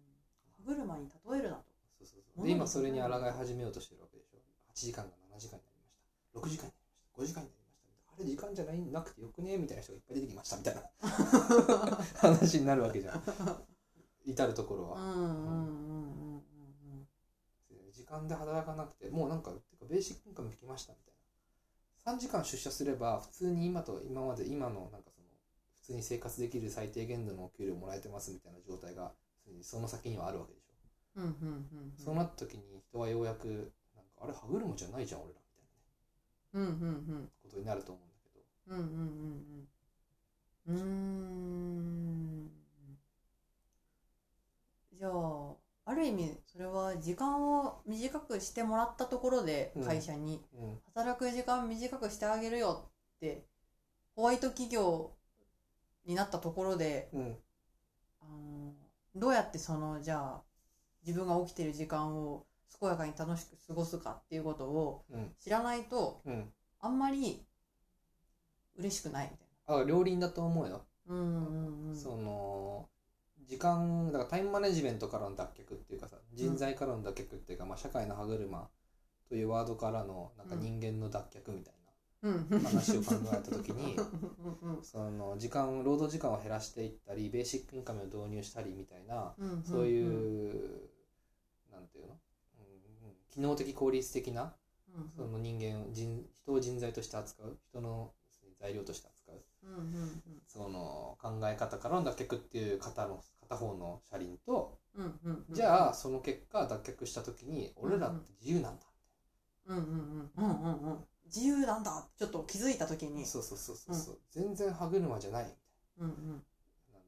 Speaker 1: 歯車に例えるなと
Speaker 2: そうそうそうで今それに抗い始めようとしてるわけでしょ8時間が7時間になりました6時間になりました5時間になりましたあれ時間じゃないなくてよくねみたいな人がいっぱい出てきましたみたいな話にな るわけじゃん至る所
Speaker 1: う
Speaker 2: は、
Speaker 1: んうんうんうんうんうん
Speaker 2: 時間で働かなくてもうなんかてかベーシックインカム来ましたみたいな3時間出社すれば普通に今と今まで今のなんかその普通に生活できる最低限度のお給料もらえてますみたいな状態が普通にその先にはあるわけでしょ
Speaker 1: うんうんうん
Speaker 2: そうなった時に人はようやくなんかあれ歯車じゃないじゃん俺らみたいなね
Speaker 1: うんうんうん
Speaker 2: ことになると思うんだけど
Speaker 1: うんうんうんうんうーんじゃあある意味それは時間を短くしてもらったところで
Speaker 2: うん
Speaker 1: 会社に、
Speaker 2: うん
Speaker 1: 働く時間短くしてあげるよってホワイト企業になったところで
Speaker 2: うん
Speaker 1: あのどうやってそのじゃあ自分が起きてる時間を健やかに楽しく過ごすかっていうことを
Speaker 2: うん
Speaker 1: 知らないと
Speaker 2: うん
Speaker 1: あんまり嬉しくないみたいな。
Speaker 2: あ両輪だと思うよ、
Speaker 1: うんうんうん
Speaker 2: その時間だからタイムマネジメントからの脱却っていうかさ人材からの脱却っていうか、まあ、社会の歯車というワードからのなんか
Speaker 1: うん
Speaker 2: 人間の脱却みたい
Speaker 1: うん
Speaker 2: な話を考えた時 に
Speaker 1: うんうん
Speaker 2: その時間労働時間を減らしていったりベーシックインカムを導入したりみたいな
Speaker 1: うんん
Speaker 2: そういう、なんていうの、うんうん機能的効率的な
Speaker 1: うんうん
Speaker 2: その人間を人人を人材として扱う人の材料として扱う
Speaker 1: うんうん
Speaker 2: その考え方からの脱却っていう方の片方の車輪と、
Speaker 1: うんうんうんうん
Speaker 2: じゃあその結果脱却した時に俺らって自由なんだ、
Speaker 1: うんうんうんうんうんうん自由なんだってちょっと気づいた時に
Speaker 2: そうそうそうそうそう、全然歯車じゃないみた
Speaker 1: う
Speaker 2: い
Speaker 1: んうん
Speaker 2: ななん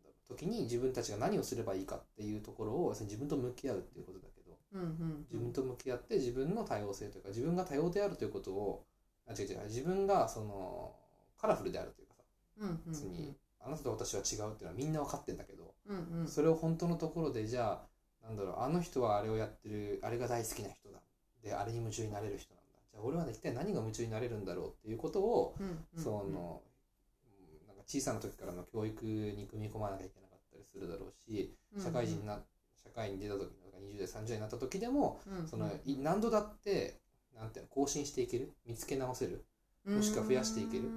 Speaker 2: だろう時に自分たちが何をすればいいかっていうところを要するに自分と向き合うっていうことだけど
Speaker 1: うんうん
Speaker 2: 自分と向き合って自分の多様性というか自分が多様であるということをあ違う違う自分がそのカラフルであるというかさ
Speaker 1: うんうん
Speaker 2: 別にあなたと私は違うっていうのはみんな分かってんだけど、
Speaker 1: うんうん
Speaker 2: それを本当のところでじゃあなんだろうあの人はあれをやってるあれが大好きな人だであれに夢中になれる人なんだじゃあ俺は一体何が夢中になれるんだろうっていうことを、
Speaker 1: うんうんうん
Speaker 2: そのうんなんか小さな時からの教育に組み込まなきゃいけなかったりするだろうし社会人にな社会に出た時とか20代30代になった時でも
Speaker 1: うんうん
Speaker 2: そのい何度だってなんていうの更新していける見つけ直せるもしくは増やしていける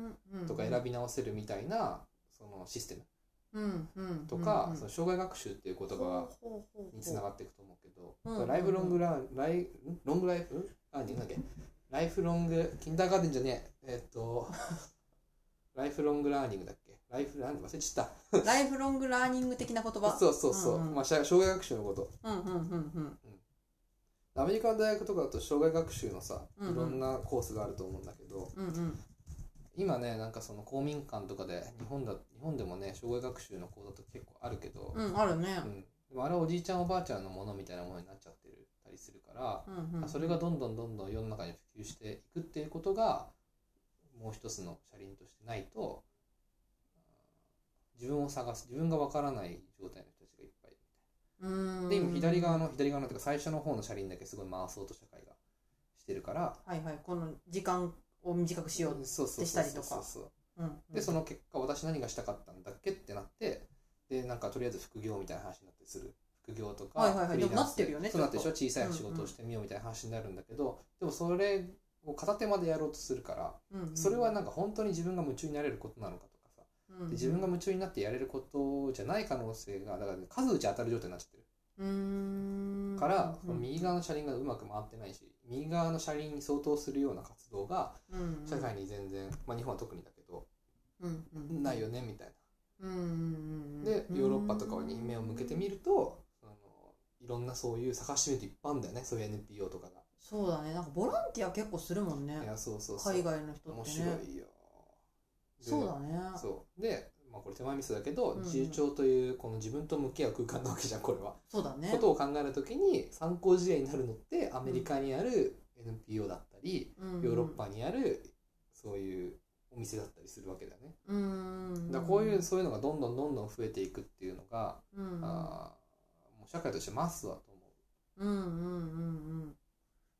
Speaker 2: とか選び直せるみたいなそのシステム
Speaker 1: ぶ
Speaker 2: とか、その障害学習っていう言葉につながっていくと思うけど、
Speaker 1: うんうんうん
Speaker 2: ライフロングランライんロングライフんあなんだっけライフロングキンダーガーデンじゃねええっと ライフロングラーニングだっけライフラーニング忘れちゃっ
Speaker 1: ライフロングラーニング的な言
Speaker 2: た
Speaker 1: 葉
Speaker 2: そうそうそう、
Speaker 1: うんうん
Speaker 2: まあ、社障害学習のこと
Speaker 1: うんうんうんうん
Speaker 2: アメリカの大学とかだと障害学習のさ
Speaker 1: うんうん
Speaker 2: いろんなコースがあると思うんだけど、
Speaker 1: うんうん
Speaker 2: 今ねなんかその公民館とかで日本だ日本でもね障害学習の講座とか結構あるけど、
Speaker 1: うんあるね
Speaker 2: うんでもあれはおじいちゃんおばあちゃんのものみたいなものになっちゃってるたりするから、
Speaker 1: うんうん
Speaker 2: それがどんどんどんどん世の中に普及していくっていうことがもう一つの車輪としてないと自分を探す自分がわからない状態の人たちがいっぱいいる
Speaker 1: うん
Speaker 2: で今左側の左側のっていうか最初の方の車輪だけすごい回そうと社会がしてるから
Speaker 1: はいはいこの時間を短くしよう
Speaker 2: そうそう
Speaker 1: した
Speaker 2: そう
Speaker 1: りと
Speaker 2: そう
Speaker 1: か
Speaker 2: そうそう
Speaker 1: うん
Speaker 2: でその結果私何がしたかったんだっけってなってでなんかとりあえず副業みたいな話になってする副業とか
Speaker 1: はいはいはい
Speaker 2: フリーランスで
Speaker 1: でもなってるよね
Speaker 2: そうなってる
Speaker 1: ちょ
Speaker 2: で
Speaker 1: っ
Speaker 2: しょ小さい仕事をしてみようみたいな話になるんだけど、でもそれを片手までやろうとするから
Speaker 1: うん
Speaker 2: それはなんか本当に自分が夢中になれることなのかとかさ
Speaker 1: うん
Speaker 2: で自分が夢中になってやれることじゃない可能性がだから数打ち当たる状態になっちゃってる
Speaker 1: うん
Speaker 2: から、
Speaker 1: うん
Speaker 2: その右側の車輪がうまく回ってないし右側の車輪に相当するような活動が
Speaker 1: うんうん
Speaker 2: 社会に全然、まあ、日本は特にだけど
Speaker 1: うんうん
Speaker 2: ないよねみたいな。
Speaker 1: うんうん
Speaker 2: で
Speaker 1: うん
Speaker 2: ヨーロッパとかに目を向けてみるとあのいろんなそういう探してみるといっぱいあるんだよねそういう NPO とかが
Speaker 1: そうだねなんかボランティア結構するもんね
Speaker 2: いやそうそうそう
Speaker 1: 海外の人っ
Speaker 2: 面
Speaker 1: て
Speaker 2: 白
Speaker 1: ね
Speaker 2: いよで
Speaker 1: そうだね
Speaker 2: そうで、まあ、これ手前味噌だけど、
Speaker 1: うんうん
Speaker 2: 自由帳というこの自分と向き合う空間なわけじゃんこれは、
Speaker 1: そうだね
Speaker 2: ことを考えるときに参考事例になるのってアメリカにある NPO だったり、
Speaker 1: うんうん
Speaker 2: ヨーロッパにあるそういうお店だったりするわけだよね、
Speaker 1: うんうん
Speaker 2: だからこういうそういうのがどんどんどんどん増えていくっていうのが、
Speaker 1: うんうん
Speaker 2: あーもう社会としてマスだと
Speaker 1: う
Speaker 2: 思
Speaker 1: んうんうんうん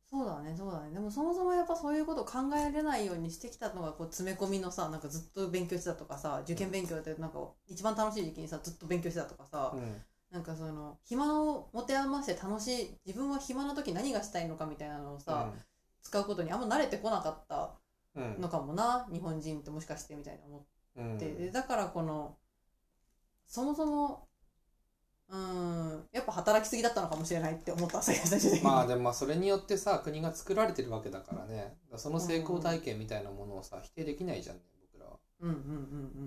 Speaker 1: そうだねそうだねでもそもそもやっぱそういうことを考えれないようにしてきたのがこう詰め込みのさなんかずっと勉強してたとかさ受験勉強ってなんか一番楽しい時期にさずっと勉強してたとかさ、
Speaker 2: う、
Speaker 1: なんかその暇を持て余して楽しい自分は暇な時何がしたいのかみたいなのをさ、使うことにあんま慣れてこなかった
Speaker 2: うんうん
Speaker 1: のかもな日本人ってもしかしてみたいな思
Speaker 2: うん
Speaker 1: って、でだからこのそもそもうーんやっぱ働きすぎだったのかもしれないって思った最初に
Speaker 2: まあでもまあそれによってさ国が作られてるわけだからねだからその成功体験みたいなものをさ否定できないじゃんね僕らは、
Speaker 1: うんうん
Speaker 2: う
Speaker 1: うん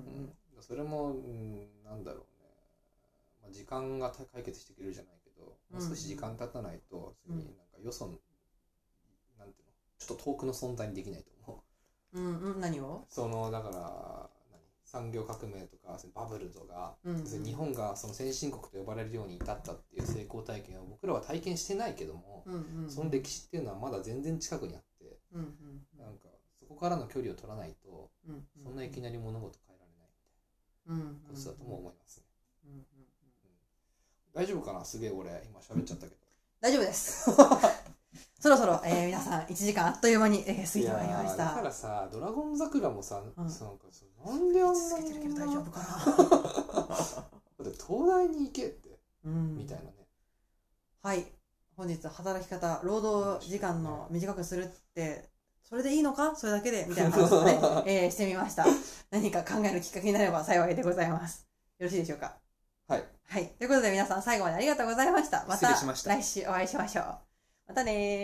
Speaker 2: ん、だからそれも、うん、なんだろうね、まあ、時間が解決してくれるじゃないけどもう少し時間経たないと
Speaker 1: うん
Speaker 2: 次になんかよそのなんていうのちょっと遠くの存在にできないと思う
Speaker 1: うんうんうんうん何を
Speaker 2: そのだから何産業革命とかそのバブルとか
Speaker 1: うんうん
Speaker 2: 別に日本がその先進国と呼ばれるように至ったっていう成功体験を僕らは体験してないけども、
Speaker 1: うんうん
Speaker 2: その歴史っていうのはまだ全然近くにあって
Speaker 1: うんうん
Speaker 2: なんかそこからの距離を取らないと
Speaker 1: うんうん
Speaker 2: そんないきなり物事変えられない
Speaker 1: うん
Speaker 2: みたいなことだとも思いますね、
Speaker 1: うんうんうん
Speaker 2: 大丈夫かなすげえ俺今喋っちゃったけど
Speaker 1: 大丈夫です そろそろ、えー皆さん1時間あっという間に、えー過ぎてまいりまし
Speaker 2: いやーだ
Speaker 1: た
Speaker 2: からさ「ドラゴン桜」もさ、
Speaker 1: うん
Speaker 2: なんかそのなんであん
Speaker 1: 続
Speaker 2: な
Speaker 1: けてるけ
Speaker 2: に
Speaker 1: ど大丈夫 かな
Speaker 2: だって東大に行けって
Speaker 1: うん
Speaker 2: みたいなね
Speaker 1: はい本日働き方労働時間の短くするってそれでいいのかそれだけでみ たいな話をね、えーしてみました何か考えるきっかけになれば幸いでございますよろしいでしょうか
Speaker 2: はい
Speaker 1: はいということで皆さん最後までありがとうございましたまた
Speaker 2: 失礼しました
Speaker 1: 来週お会いしましょうまたねー